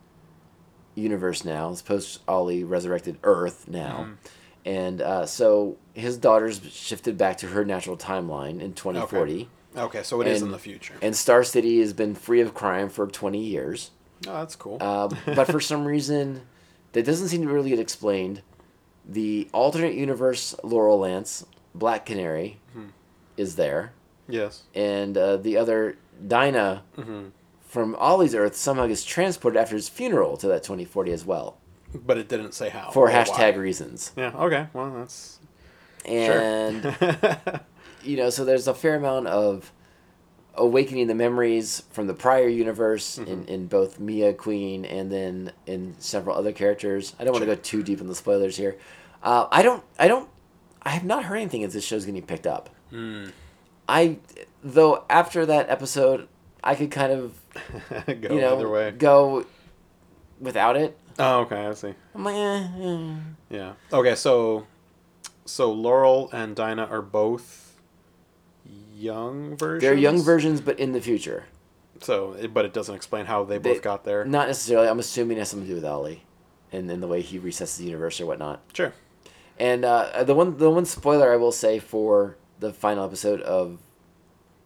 universe now. It's post Ollie resurrected Earth now. And uh, so his daughter's shifted back to her natural timeline in 2040. Okay, so it is And, in the future. And Star City has been free of crime for 20 years. oh, that's cool. Uh, but for some reason, that doesn't seem to really get explained. The alternate universe Laurel Lance, Black Canary, is there. yes. And uh, the other, Dinah, from Ollie's Earth, somehow gets transported after his funeral to that 2040 as well. But it didn't say how. For or hashtag why. reasons. Yeah, okay. Well, that's. And, you know, so there's a fair amount of awakening the memories from the prior universe in, in both Mia Queen and then in several other characters. I don't want to go too deep in the spoilers here. Uh, I don't, I don't, I have not heard anything as this show's getting picked up. I, though, after that episode, I could kind of, go you know, Oh, either way. go without it. Oh, okay, I see. I'm like, eh, eh. Yeah. Okay, so. So Laurel and Dinah are both young versions? they're young versions, but in the future. So, it- but it doesn't explain how they They- both got there. Not necessarily. I'm assuming it has something to do with Ollie, and then the way he resets the universe or whatnot. Sure. And uh, the one, the one spoiler I will say for the final episode of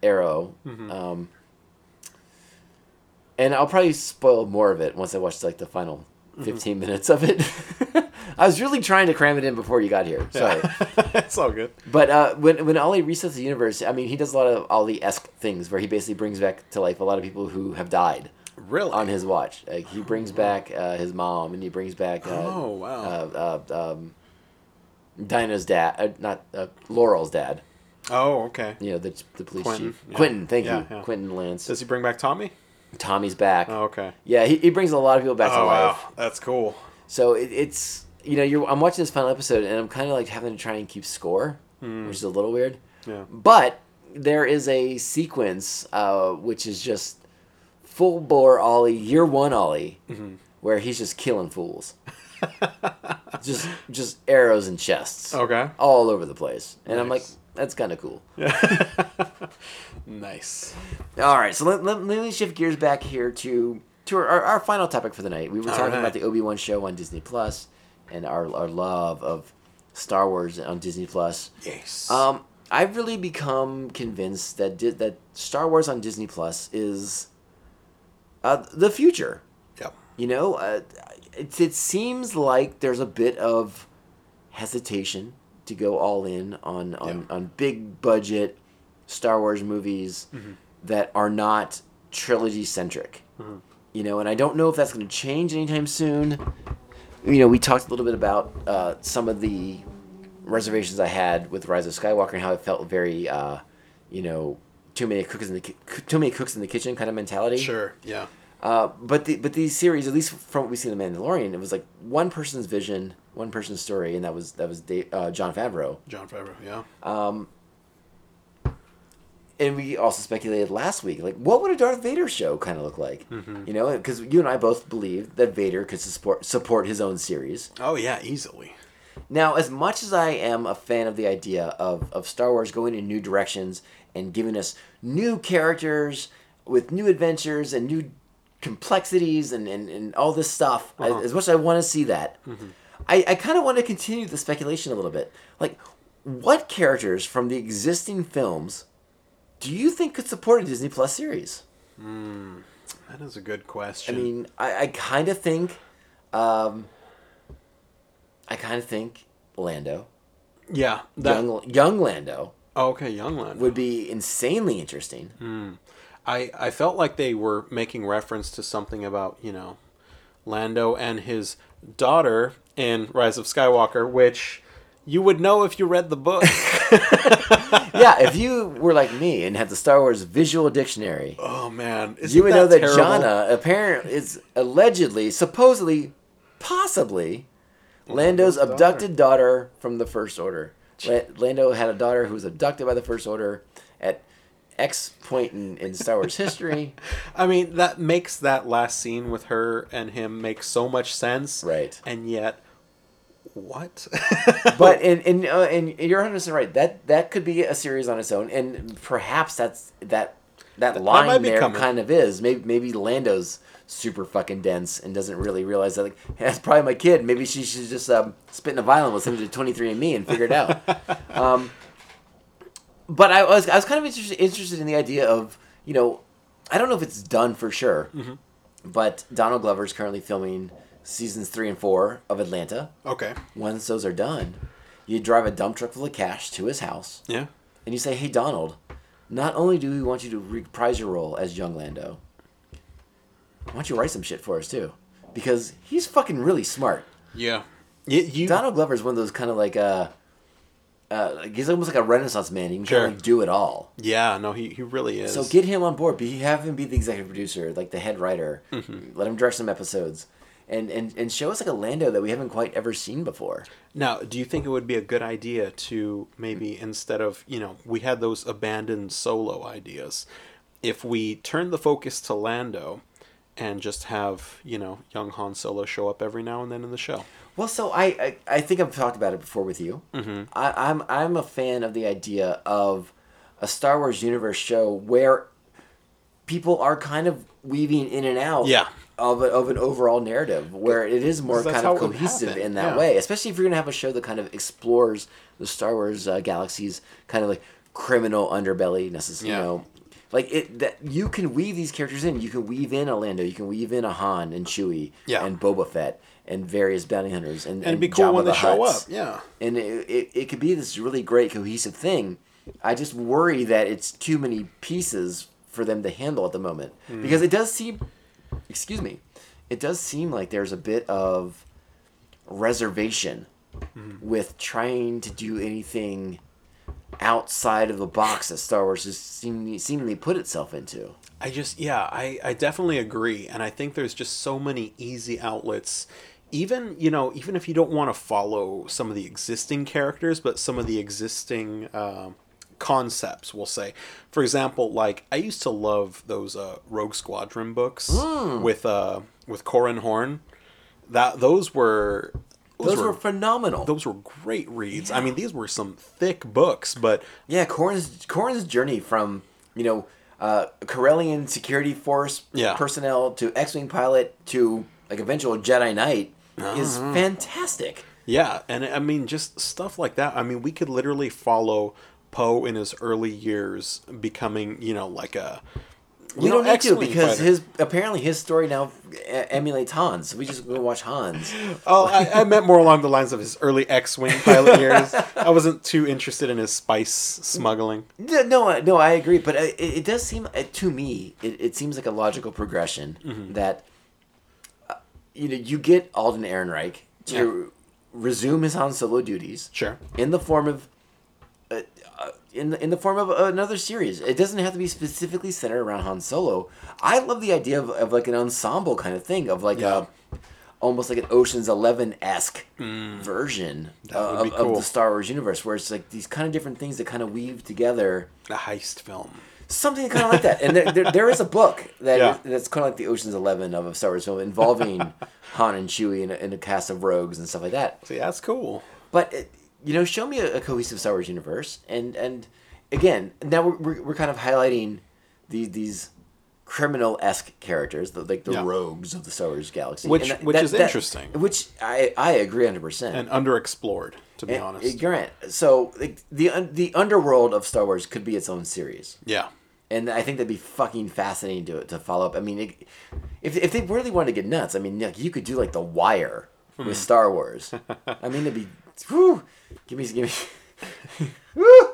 Arrow, Mm-hmm. um, and I'll probably spoil more of it once I watch like the final Mm-hmm. 15 minutes of it. I was really trying to cram it in before you got here. Sorry. it's all good. But uh, when when Ollie resets the universe, I mean, he does a lot of Ollie esque things where he basically brings back to life a lot of people who have died Really? on uh, his watch. Like he brings back uh, his mom, and he brings back. Uh, Oh, wow. Uh, uh, um, Dinah's dad, uh, not uh, Laurel's dad. oh, okay. You know the the police Quentin, chief, yeah. Quentin. Thank Yeah, you, yeah. Quentin Lance. Does he bring back Tommy? Tommy's back. Oh, okay. Yeah, he, he brings a lot of people back to Oh, life. wow. That's cool. So it, it's you know you're I'm watching this final episode and I'm kind of like having to try and keep score, Hmm. which is a little weird. Yeah. But there is a sequence uh, which is just full bore Ollie, year one Ollie, Mm-hmm. where he's just killing fools, just just arrows and chests, Okay. all over the place, and I'm like, Oh, Nice. that's kind of cool. Nice. All right, so let, let, let me shift gears back here to to our, our, our final topic for the night. We were All talking right. about the Obi Wan show on Disney Plus and our our love of Star Wars on Disney Plus. Yes. Um, I've really become convinced that di- that Star Wars on Disney Plus is uh, the future. yep. You know, uh, it, it seems like there's a bit of hesitation to go all in on on, on big budget Star Wars movies that are not trilogy centric. You know, and I don't know if that's going to change anytime soon. You know, we talked a little bit about uh, some of the reservations I had with Rise of Skywalker and how it felt very, uh, you know, too many cooks in the ki- too many cooks in the kitchen kind of mentality. Sure. Yeah. Uh, but the but these series, at least from what we see in The Mandalorian, it was like one person's vision, one person's story, and that was that was Dave, uh, John Favreau. John Favreau. Yeah. And we also speculated last week, like what would a Darth Vader show kind of look like? You know, because you and I both believed that Vader could support support his own series. oh yeah. Easily. Now, as much as I am a fan of the idea of, of Star Wars going in new directions and giving us new characters with new adventures and new complexities and, and, and all this stuff, I- as much as I want to see that, I, I kind of want to continue the speculation a little bit. Like, what characters from the existing films do you think could support a Disney Plus series? That is a good question. I mean, I, I kind of think, um, I kind of think Lando. yeah. That. young, young Lando oh, okay. Young Lando. would be insanely interesting. Hmm. I I felt like they were making reference to something about you know, Lando and his daughter in Rise of Skywalker, which you would know if you read the book. yeah, if you were like me and had the Star Wars visual dictionary, oh man. Isn't you would know that terrible? Jana apparently is allegedly, supposedly, possibly Lando's abducted daughter from the First Order. La- Lando had a daughter who was abducted by the First Order at X point in, in Star Wars history. I mean, that makes that last scene with her and him make so much sense. Right. And yet, what? but and and, uh, and you're 100 percent right. That that could be a series on its own, and perhaps that's that that might line be there coming. kind of is. Maybe maybe Lando's super fucking dense and doesn't really realize that. Like, hey, that's probably my kid. Maybe she should just um, spit in a violin with him to 23andMe and figure it out. um, but I was I was kind of interested interested in the idea of you know I don't know if it's done for sure, Mm-hmm. but Donald Glover's currently filming seasons three and four of Atlanta. Okay. Once those are done, you drive a dump truck full of cash to his house Yeah. and you say, "Hey, Donald, not only do we want you to reprise your role as young Lando, why don't you write some shit for us too? Because he's fucking really smart. Yeah. You, you Donald Glover is one of those kind of like uh, uh, like, he's almost like a Renaissance man. He can Sure. kind of like do it all. Yeah, no, he, he really is. So get him on board. Be have him be the executive producer, like the head writer. Let him direct some episodes." And, and, and show us like a Lando that we haven't quite ever seen before. Now, do you think it would be a good idea to maybe instead of, you know, we had those abandoned solo ideas, if we turn the focus to Lando and just have, you know, young Han Solo show up every now and then in the show? Well, so I, I, I think I've talked about it before with you. Mm-hmm. I, I'm I'm a fan of the idea of a Star Wars universe show where people are kind of weaving in and out Yeah. of, a, of an overall narrative where it is more 'Cause that's kind of how it would cohesive happen, in that yeah. way especially if you're going to have a show that kind of explores the star wars uh, galaxy's kind of like criminal underbelly necessarily Yeah. you know like it that you can weave these characters in you can weave in a lando you can weave in a han and chewie Yeah. and boba fett and various bounty hunters and, And and it'd be cool Jabba when they the show Hutts. up. Yeah. And it, it, it could be this really great cohesive thing. I just worry that it's too many pieces for them to handle at the moment. Hmm. Because it does seem, excuse me, it does seem like there's a bit of reservation Hmm. with trying to do anything outside of the box that Star Wars has seemingly, seemingly put itself into. I just yeah, I I definitely agree and I think there's just so many easy outlets even, you know, even if you don't want to follow some of the existing characters, but some of the existing um concepts, we'll say. For example, like I used to love those uh Rogue Squadron books Hmm. with uh with Corin Horn. That those were Those, were, phenomenal. those were great reads. I mean, these were some thick books, but Yeah, Corrin's Corrin's journey from you know uh, Corellian security force Yeah. personnel to X-wing pilot to like eventual Jedi Knight is Uh-huh. fantastic. Yeah, and I mean just stuff like that. I mean, we could literally follow Poe in his early years becoming, you know, like a you We know, don't need to X-wing because fighter. his apparently his story now e- emulates Hans. So we just go watch Hans. Oh, I, I meant more along the lines of his early X-wing pilot years. I wasn't too interested in his spice smuggling. Yeah, No, I- no, I agree, but it, it does seem uh, to me it, it seems like a logical progression Mm-hmm. that uh, you know you get Alden Ehrenreich to resume his Han Solo duties, Sure. in the form of uh, uh, in the, in the form of another series. It doesn't have to be specifically centered around Han Solo. I love the idea of, of like an ensemble kind of thing of like Yeah. a almost like an Ocean's Eleven esque version Mm. would of, be of cool. the Star Wars universe, where it's like these kind of different things that kind of weave together A heist film. something kind of like that. And there, there, there is a book that Yeah. is- that's kind of like the Ocean's Eleven of a Star Wars film involving Han and Chewie and a, and a cast of rogues and stuff like that. See, that's cool. But it, you know, show me a, a cohesive Star Wars universe, and and again, now we're, we're, we're kind of highlighting the, these criminal esque characters, the, like the Yeah. rogues of the Star Wars galaxy, Which- And which is interesting. Which I I agree hundred percent. And underexplored, to be And- eh, honest. Grant, so like, the un- the underworld of Star Wars could be its own series, yeah. and I think that'd be fucking fascinating to to follow up. I mean, it, if if they really wanted to get nuts, I mean, like, you could do like The Wire Hmm. with Star Wars. I mean, it'd be whew, give me give me whew.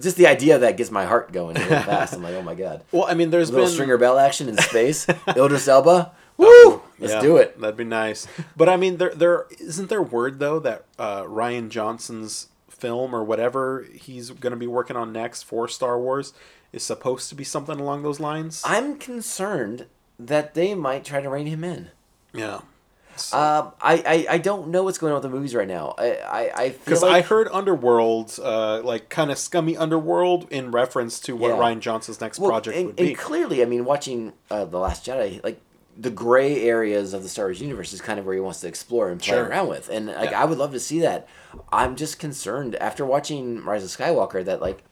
just the idea of that gets my heart going real fast. I'm like, oh my god, Well, I mean, there's little been Stringer Bell action in space, Idris Elba, woo, let's Yeah, do it. That'd be nice. But I mean, there there isn't there word though that uh, Ryan Johnson's film or whatever he's going to be working on next for Star Wars is supposed to be something along those lines. I'm concerned that they might try to rein him in. yeah, Um, I, I I don't know what's going on with the movies right now. I I, I feel because I like- heard Underworld, uh, like kind of scummy Underworld, in reference to what Yeah. Ryan Johnson's next project and, would be. and clearly, I mean, watching uh, the Last Jedi, like the gray areas of the Star Wars universe is kind of where he wants to explore and play Sure. around with, and like Yeah. I would love to see that. I'm just concerned after watching Rise of Skywalker that like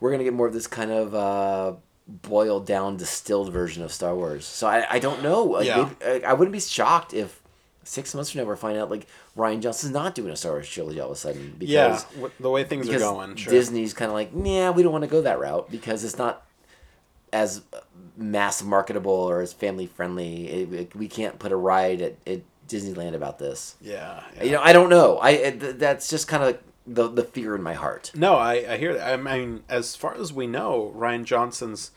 we're gonna get more of this kind of uh, boiled down distilled version of Star Wars. So I, I don't know. Like, Yeah. maybe- I, I wouldn't be shocked if six months from now we find out like Ryan Johnson's not doing a Star Wars trilogy all of a sudden because Yeah, wh- the way things are because going. Sure. Disney's kind of like, nah, we don't want to go that route because it's not as mass marketable or as family friendly. It, it- we can't put a ride at, at Disneyland about this. Yeah. yeah. You know, I don't know. I it- th- that's just kind of the the fear in my heart. No, I, I hear that. I mean, as far as we know, Ryan Johnson's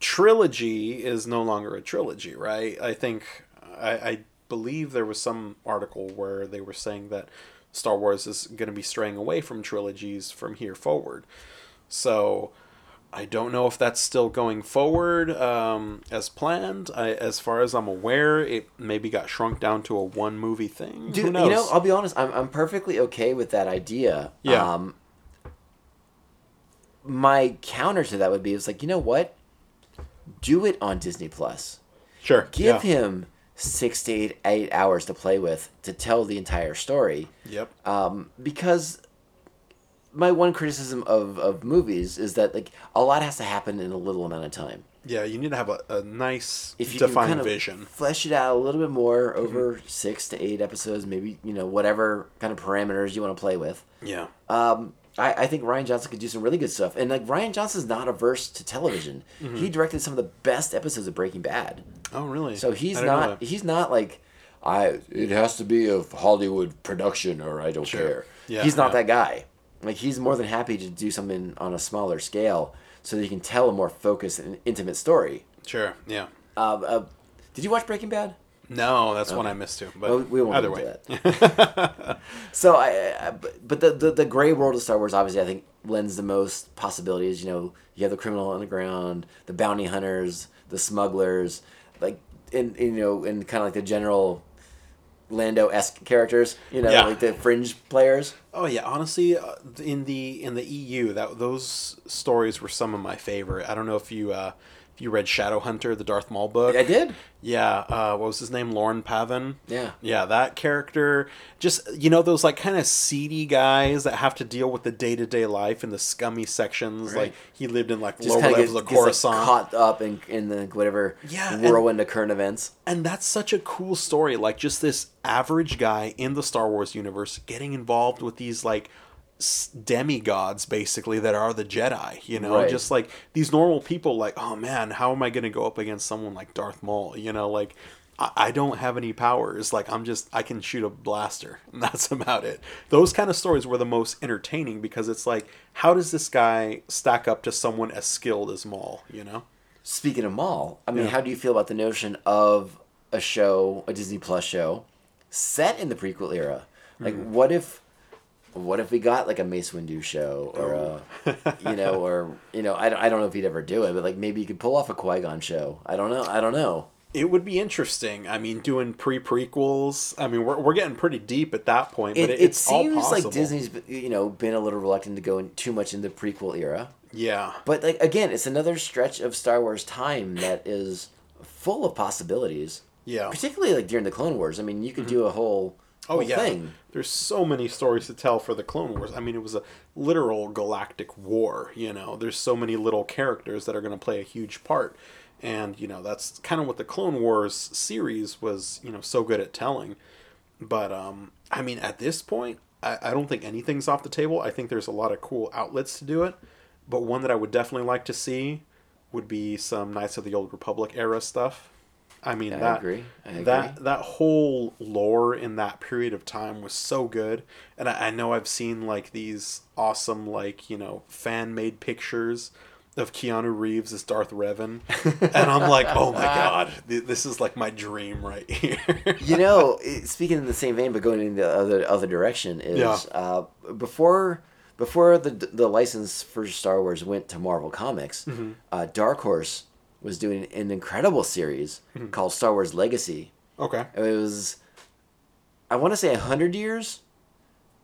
trilogy is no longer a trilogy, right? I think, I, I believe there was some article where they were saying that Star Wars is going to be straying away from trilogies from here forward. So I don't know if that's still going forward um, as planned. I, as far as I'm aware, it maybe got shrunk down to a one movie thing. Dude, Who knows? you know, I'll be honest. I'm I'm perfectly okay with that idea. Yeah. Um, my counter to that would be, it's like, you know what? Do it on Disney Plus. sure. give yeah. him six to eight, eight hours to play with to tell the entire story Yep. um, because my one criticism of, of movies is that like a lot has to happen in a little amount of time Yeah, you need to have a, a nice if you can defined kind of vision. Mhm. flesh it out a little bit more over six to eight episodes maybe you know whatever kind of parameters you want to play with Yeah. um, I, I think Ryan Johnson could do some really good stuff. And like Ryan Johnson's not averse to television. Mm-hmm. He directed some of the best episodes of Breaking Bad. Oh, really? So he's I didn't know not that. he's not like I it has to be a Hollywood production or I don't care. Yeah, he's not yeah. that guy. Like he's more than happy to do something on a smaller scale so that you can tell a more focused and intimate story. Sure. Yeah. Uh, uh, did you watch Breaking Bad? No, that's one I missed too. But Oh, we won't either get way. into that. so I, I but- but the, the the gray world of Star Wars obviously I think lends the most possibilities. You know, you have the criminal underground, the bounty hunters, the smugglers, like and and, you know, and kind of like the general Lando esque characters. You know, Yeah. like the fringe players. Oh yeah, honestly, uh, in the in the EU, that those stories were some of my favorite. I don't know if you uh, if you read Shadowhunter, the Darth Maul book. I did. Yeah, uh, what was his name? Lauren Pavin. Yeah. Yeah, that character. Just, you know, those like kind of seedy guys that have to deal with the day to day life in the scummy sections. Right. Like, he lived in like Just lower kind of levels gets, of gets like, Coruscant. caught up in in the whatever Yeah, and- whirlwind of current events. and that's such a cool story like just this average guy in the star wars universe getting involved with these like s- demigods basically that are the jedi you know Right. just like these normal people like oh man how am i going to go up against someone like darth maul you know like I, I don't have any powers like i'm just i can shoot a blaster and that's about it those kind of stories were the most entertaining because it's like how does this guy stack up to someone as skilled as maul you know Speaking of Maul, I mean, how do you feel about the notion of a show, a Disney Plus show, set in the prequel era? Like, Mm. what if, what if we got like a Mace Windu Oh. show or a, you know, or you know, I, don't- I don't know if he'd ever do it, but like maybe you could pull off a Qui Gon show. I don't know. I don't know. It would be interesting. I mean, doing pre prequels. I mean, we're, we're getting pretty deep at that point, It, but it, it, it's all seems possible. like Disney's you know been a little reluctant to go in too much in the prequel era, Yeah, but like again, it's another stretch of Star Wars time that is full of possibilities. yeah. particularly like during the Clone Wars. I mean, you could do a whole, Oh whole yeah. thing. There's so many stories to tell for the Clone Wars. I mean, it was a literal galactic war. You know, there's so many little characters that are going to play a huge part, and you know that's kind of what the Clone Wars series was. You know, so good at telling. But um, I mean, at this point, I, I don't think anything's off the table. I think there's a lot of cool outlets to do it. But one that I would definitely like to see would be some Knights of the Old Republic era stuff. I mean, that agree. I that agree. that whole lore in that period of time was so good, and I, I know I've seen like these awesome like you know fan made pictures of Keanu Reeves as Darth Revan, and I'm like, oh my god, th- this is like my dream right here. You know, it- speaking in the same vein, but going in the other other direction is Yeah. uh, before before the the license for Star Wars went to Marvel Comics, Mm-hmm. uh, Dark Horse was doing an incredible series Mm-hmm. called Star Wars Legacy. okay. It was, I want to say, hundred years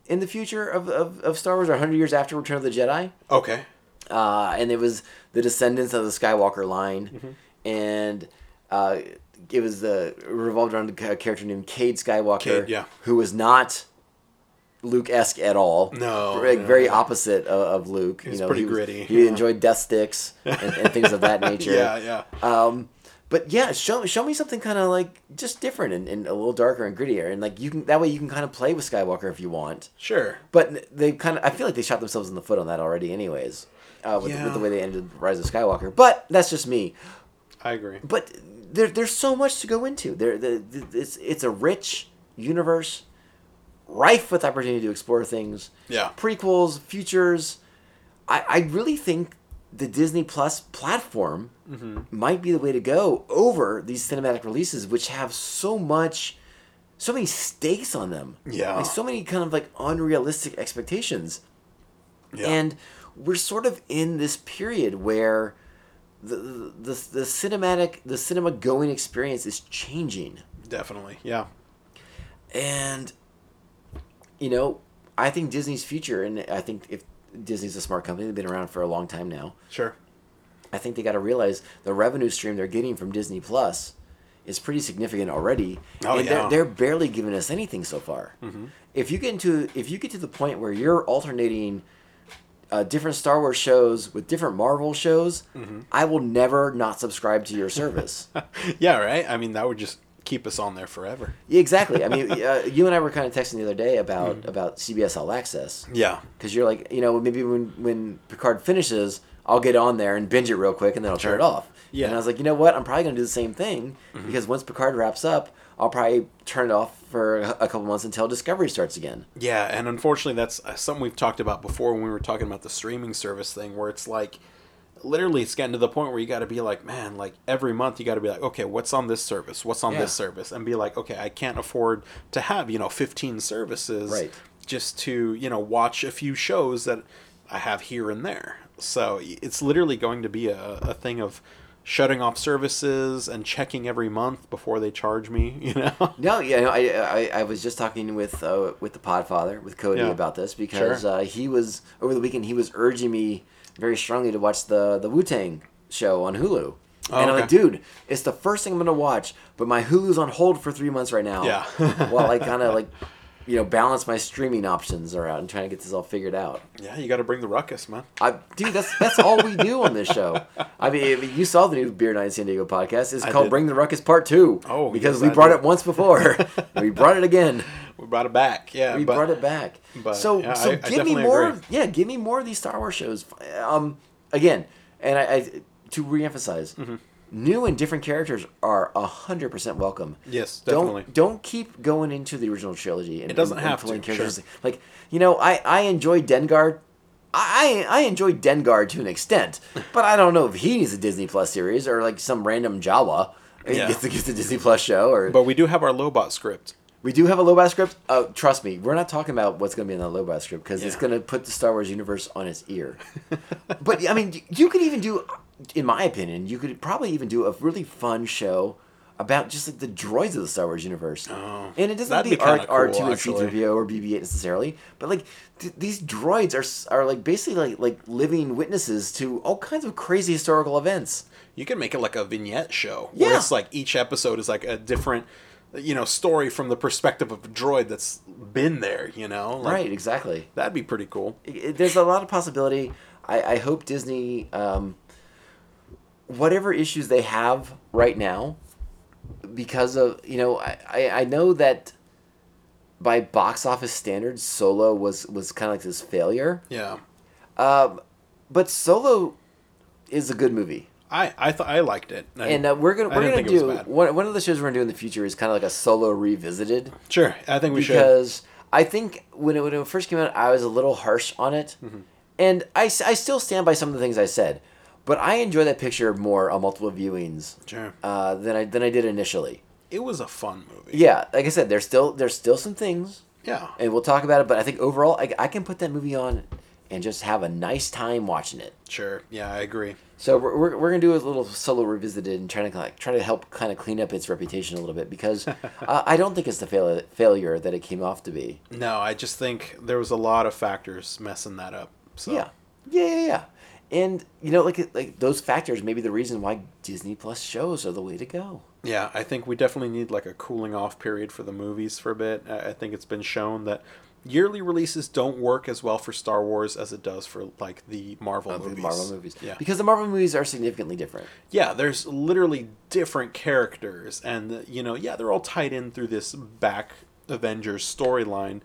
in the future of, of, of Star Wars, or hundred years after Return of the Jedi. Okay. uh, and it was the descendants of the Skywalker line, Mm-hmm. and uh, it was the revolved around a character named Cade Skywalker, Cade, yeah. who was not Luke esque at all. No, Very, no. very opposite of, of Luke. He's you know, pretty he was- gritty, He yeah. enjoyed death sticks and, and things of that nature. Yeah, yeah. Um, but yeah, show show me something kind of like just different and, and a little darker and grittier, and like you can that way you can kind of play with Skywalker if you want. Sure. But they kind of I feel like they shot themselves in the foot on that already, anyways, uh, with, with the Yeah. way they ended Rise of Skywalker. But that's just me. I agree. But there, there's so much to go into. There, the, the, it's it's a rich universe, rife with opportunity to explore things. Yeah. prequels, futures. I, I really think the Disney Plus platform Mm-hmm. might be the way to go over these cinematic releases, which have so much, so many stakes on them. Yeah. like so many kind of like unrealistic expectations. Yeah. And we're sort of in this period where the, the the the cinematic the cinema going experience is changing, definitely. Yeah. and you know I think Disney's future, and I think if Disney's a smart company, they've been around for a long time now. Sure. I think they got to realize the revenue stream they're getting from Disney Plus is pretty significant already, Oh, and yeah. Mm-hmm. they're, they're barely giving us anything so far. If you get into if you get to the point where you're alternating uh, different Star Wars shows with different Marvel shows, Mm-hmm. I will never not subscribe to your service. Yeah. Right. I mean, that would just keep us on there forever. Yeah, exactly. I mean, uh, you and I were kind of texting the other day about Mm-hmm. about CBS All Access. Yeah. because you're like, you know, maybe when when Picard finishes, I'll get on there and binge it real quick, and then I'll turn it off. Yeah. And I was like, you know what? I'm probably gonna do the same thing because once Picard wraps up, I'll probably turn it off for a a couple months until Discovery starts again. Yeah, and unfortunately, that's uh, something we've talked about before when we were talking about the streaming service thing, where it's like, literally, it's getting to the point where you got to be like, man, like every month you got to be like, okay, what's on this service? What's on this Yeah. service? And be like, okay, I can't afford to have you know fifteen services Right. just to you know watch a few shows that I have here and there. So y- it's literally going to be a, a thing of shutting off services and checking every month before they charge me. You know. No, yeah, no, I, I I was just talking with uh, with the Podfather with Cody Yeah. about this because Sure. uh, he was over the weekend he was urging me very strongly to watch the the Wu Tang show on Hulu. Oh, and I'm like, okay. dude, it's the first thing I'm gonna watch, but my Hulu's on hold for three months right now. Yeah. while I kind of like, you know, balance my streaming options around and trying to get this all figured out. yeah, you got to bring the ruckus, man. I, dude, that's that's all we do on this show. I mean, I mean, you saw the new Beer Night in San Diego podcast. It's I called did. Bring the Ruckus Part Two. Oh, because yes, we I brought did. it once before, and we brought it again. We brought it back. Yeah, We but- brought it back. but, so yeah, so I- I give me definitely more. agree. Yeah, give me more of these Star Wars shows. Um, again, and I, I to reemphasize, Mm-hmm. new and different characters are hundred percent welcome. Yes, Don't definitely. don't keep going into the original trilogy. And, It doesn't and- have and pulling to, Characters. sure. Like you know, I I enjoy Dengar. I I I enjoy Dengar to an extent, but I don't know if he needs a Disney Plus series or like some random Jawa uh, Yeah. gets, gets a Disney Plus show or But we do have our Lobot script. we do have a Lobot script. Uh, trust me, we're not talking about what's going to be in the Lobot script because it's Yeah. going to put the Star Wars universe on its ear. but I mean, you could even do, in my opinion, you could probably even do a really fun show about just like the droids of the Star Wars universe. Oh, and it doesn't have that'd to be be kinda R R two cool, and C actually. three PO or BB eight necessarily, but like th- these droids are s- are like basically like like living witnesses to all kinds of crazy historical events. You can make it like a vignette show Yeah. where it's like each episode is like a different, you know, story from the perspective of a droid that's been there. You know, like, right? Exactly. That'd be pretty cool. it- it- there's a lot of possibility. I, I hope Disney, um, whatever issues they have right now, because of you know, I, I, I know that by box office standards, Solo was was kind of like this failure, Yeah, um, but Solo is a good movie. I I thought I liked it. I- And uh, we're gonna I we're didn't gonna think it do was bad. one, one of the shows we're gonna do in the future is kind of like a solo revisited sure. I think we should. because I think when it, when it first came out, I was a little harsh on it, Mm-hmm. and I, s- I still stand by some of the things I said, but I enjoy that picture more on multiple viewings Sure. uh, than I than I did initially. It was a fun movie. Yeah, like I said, there's still there's still some things, Yeah. and we'll talk about it. But I think overall, I, I can put that movie on and just have a nice time watching it. Sure. Yeah, I agree. So we're, we're, we're gonna do a little solo revisited and trying to like try to help kind of clean up its reputation a little bit because uh, I don't think it's the fail- failure that it came off to be. No, I just think there was a lot of factors messing that up. So Yeah. Yeah, yeah, yeah. And you know, like like those factors may be the reason why Disney Plus shows are the way to go. Yeah, I think we definitely need like a cooling off period for the movies for a bit. I I think it's been shown that yearly releases don't work as well for Star Wars as it does for like the Marvel movies. Marvel movies. Yeah. Because the Marvel movies are significantly different. yeah, there's literally different characters, and you know, yeah, they're all tied in through this back Avengers storyline,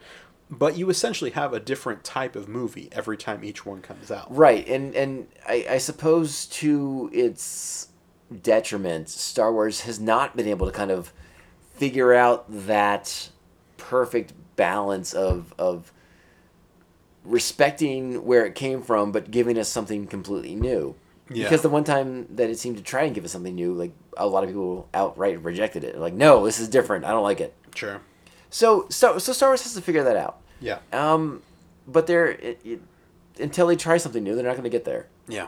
but you essentially have a different type of movie every time each one comes out. Right, and and I, I suppose to its detriment, Star Wars has not been able to kind of figure out that perfect balance of of respecting where it came from, but giving us something completely new. Yeah. Because the one time that it seemed to try and give us something new, like a lot of people outright rejected it. Like, no, this is different. I don't like it. Sure. So, so, so Star Wars has to figure that out. Yeah. Um, but they're it, it, until they try something new, they're not going to get there. Yeah.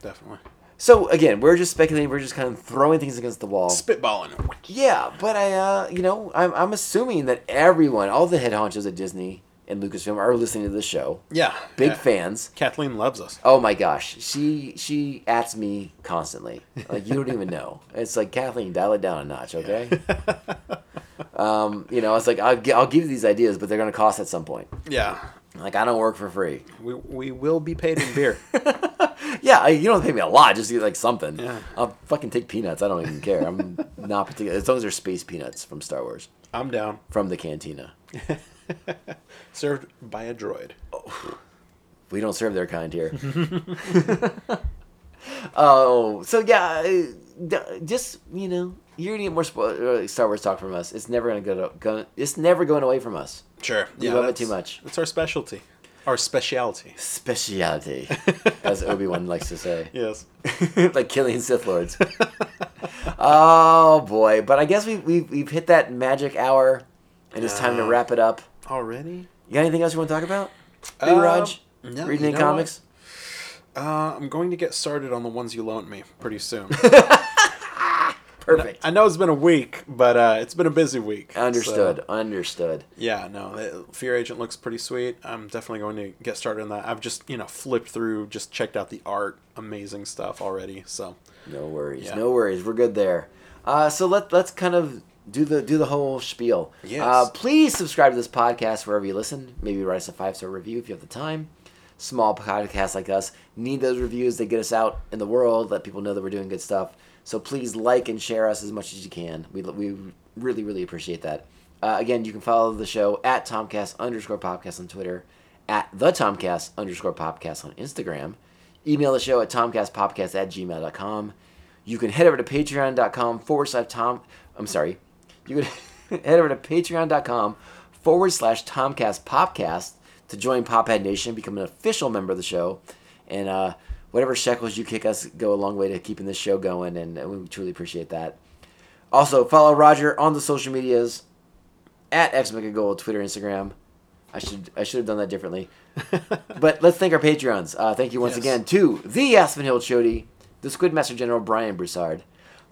Definitely. So again, we're just speculating. We're just kind of throwing things against the wall. Spitballing. yeah, but I, uh, you know, I'm, I'm assuming that everyone, all the head honchos at Disney and Lucasfilm, are listening to this show. Yeah. Big yeah. fans. Kathleen loves us. Oh my gosh, she she ats me constantly. Like you don't even know. It's like Kathleen, dial it down a notch, okay? um, you know, it's like I'll, gi- I'll give you these ideas, but they're gonna cost at some point. Yeah. Like I don't work for free. We, we will be paid in beer. Yeah, I, you don't pay me a lot just to get like something. Yeah. I'll fucking take peanuts. I don't even care. I'm not particular as long as they're space peanuts from Star Wars I'm down. from the cantina. Served by a droid. We don't serve their kind here. oh, so yeah, I- d- just you know, you're gonna get more spo- uh, Star Wars talk from us. It's never gonna go. To, go it's never going away from us. Sure. We love it too much. It's our specialty. Our speciality. Speciality, as Obi Wan likes to say. Yes. like killing Sith Lords. oh boy! But I guess we we've, we've hit that magic hour, and it's time to Yeah. wrap it up. Already? You got anything else you want to talk about? Big Um, Raj, reading no, you any know what? comics? Uh, I'm going to get started on the ones you loaned me pretty soon. Perfect. I know it's been a week, but uh, it's been a busy week. so- understood. Understood. yeah, no, that Fear Agent looks pretty sweet. I'm definitely going to get started on that. I've just, you know, flipped through, just checked out the art. Amazing stuff already. So, No worries. Yeah. No worries. We're good there. Uh, so let let's kind of do the do the whole spiel. Yes. Uh, please subscribe to this podcast wherever you listen. Maybe write us a five star review if you have the time. Small podcasts like us need those reviews. They get us out in the world, let people know that we're doing good stuff. So please like and share us as much as you can. We we really really appreciate that. Uh, again, you can follow the show at Tomcast underscore podcast on Twitter, at the Tomcast underscore podcast on Instagram. Email the show at tomcastpodcast at gmail.com. You can head over to patreon.com forward slash Tom. I'm sorry. You can head over to patreon.com forward slash Tomcast Popcast to join Pophead Nation, become an official member of the show. And uh, whatever shekels you kick us go a long way to keeping this show going, and uh, we truly appreciate that. Also, follow Roger on the social medias at xmegagold, Twitter, Instagram. I should I should have done that differently. but let's thank our Patreons. Uh, thank you once Yes. again to the Aspen Hill Chody, the Squid Master General Brian Broussard,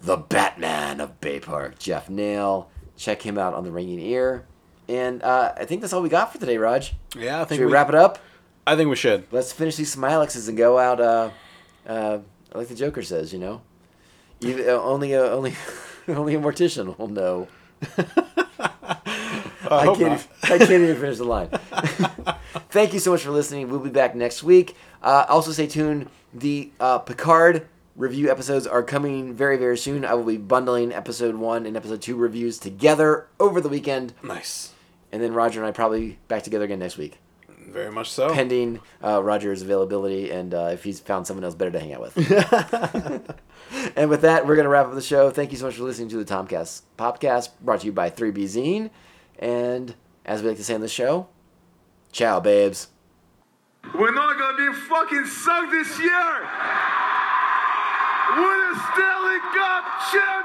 the Batman of Bay Park, Jeff Nail. Check him out on the Ringing Ear. And uh, I think that's all we got for today, Raj. yeah, I think Should we, wrap it up? I think we should. Let's finish these Smilexes and go out. Uh, uh, like the Joker says, you know, you, uh, only a, only only a mortician will know. I, I hope can't, not. I can't even finish the line. Thank you so much for listening. We'll be back next week. Uh, also, stay tuned. The uh, Picard review episodes are coming very, very soon. I will be bundling episode one and episode two reviews together over the weekend. Nice. And then Roger and I probably back together again next week, Very much so. pending uh, Roger's availability and uh, if he's found someone else better to hang out with. and with that, we're going to wrap up the show. Thank you so much for listening to the Tomcast Popcast, brought to you by 3B Zine. And as we like to say on the show, ciao, babes. We're not gonna be fucking sucked this year. We're the Stanley Cup champions.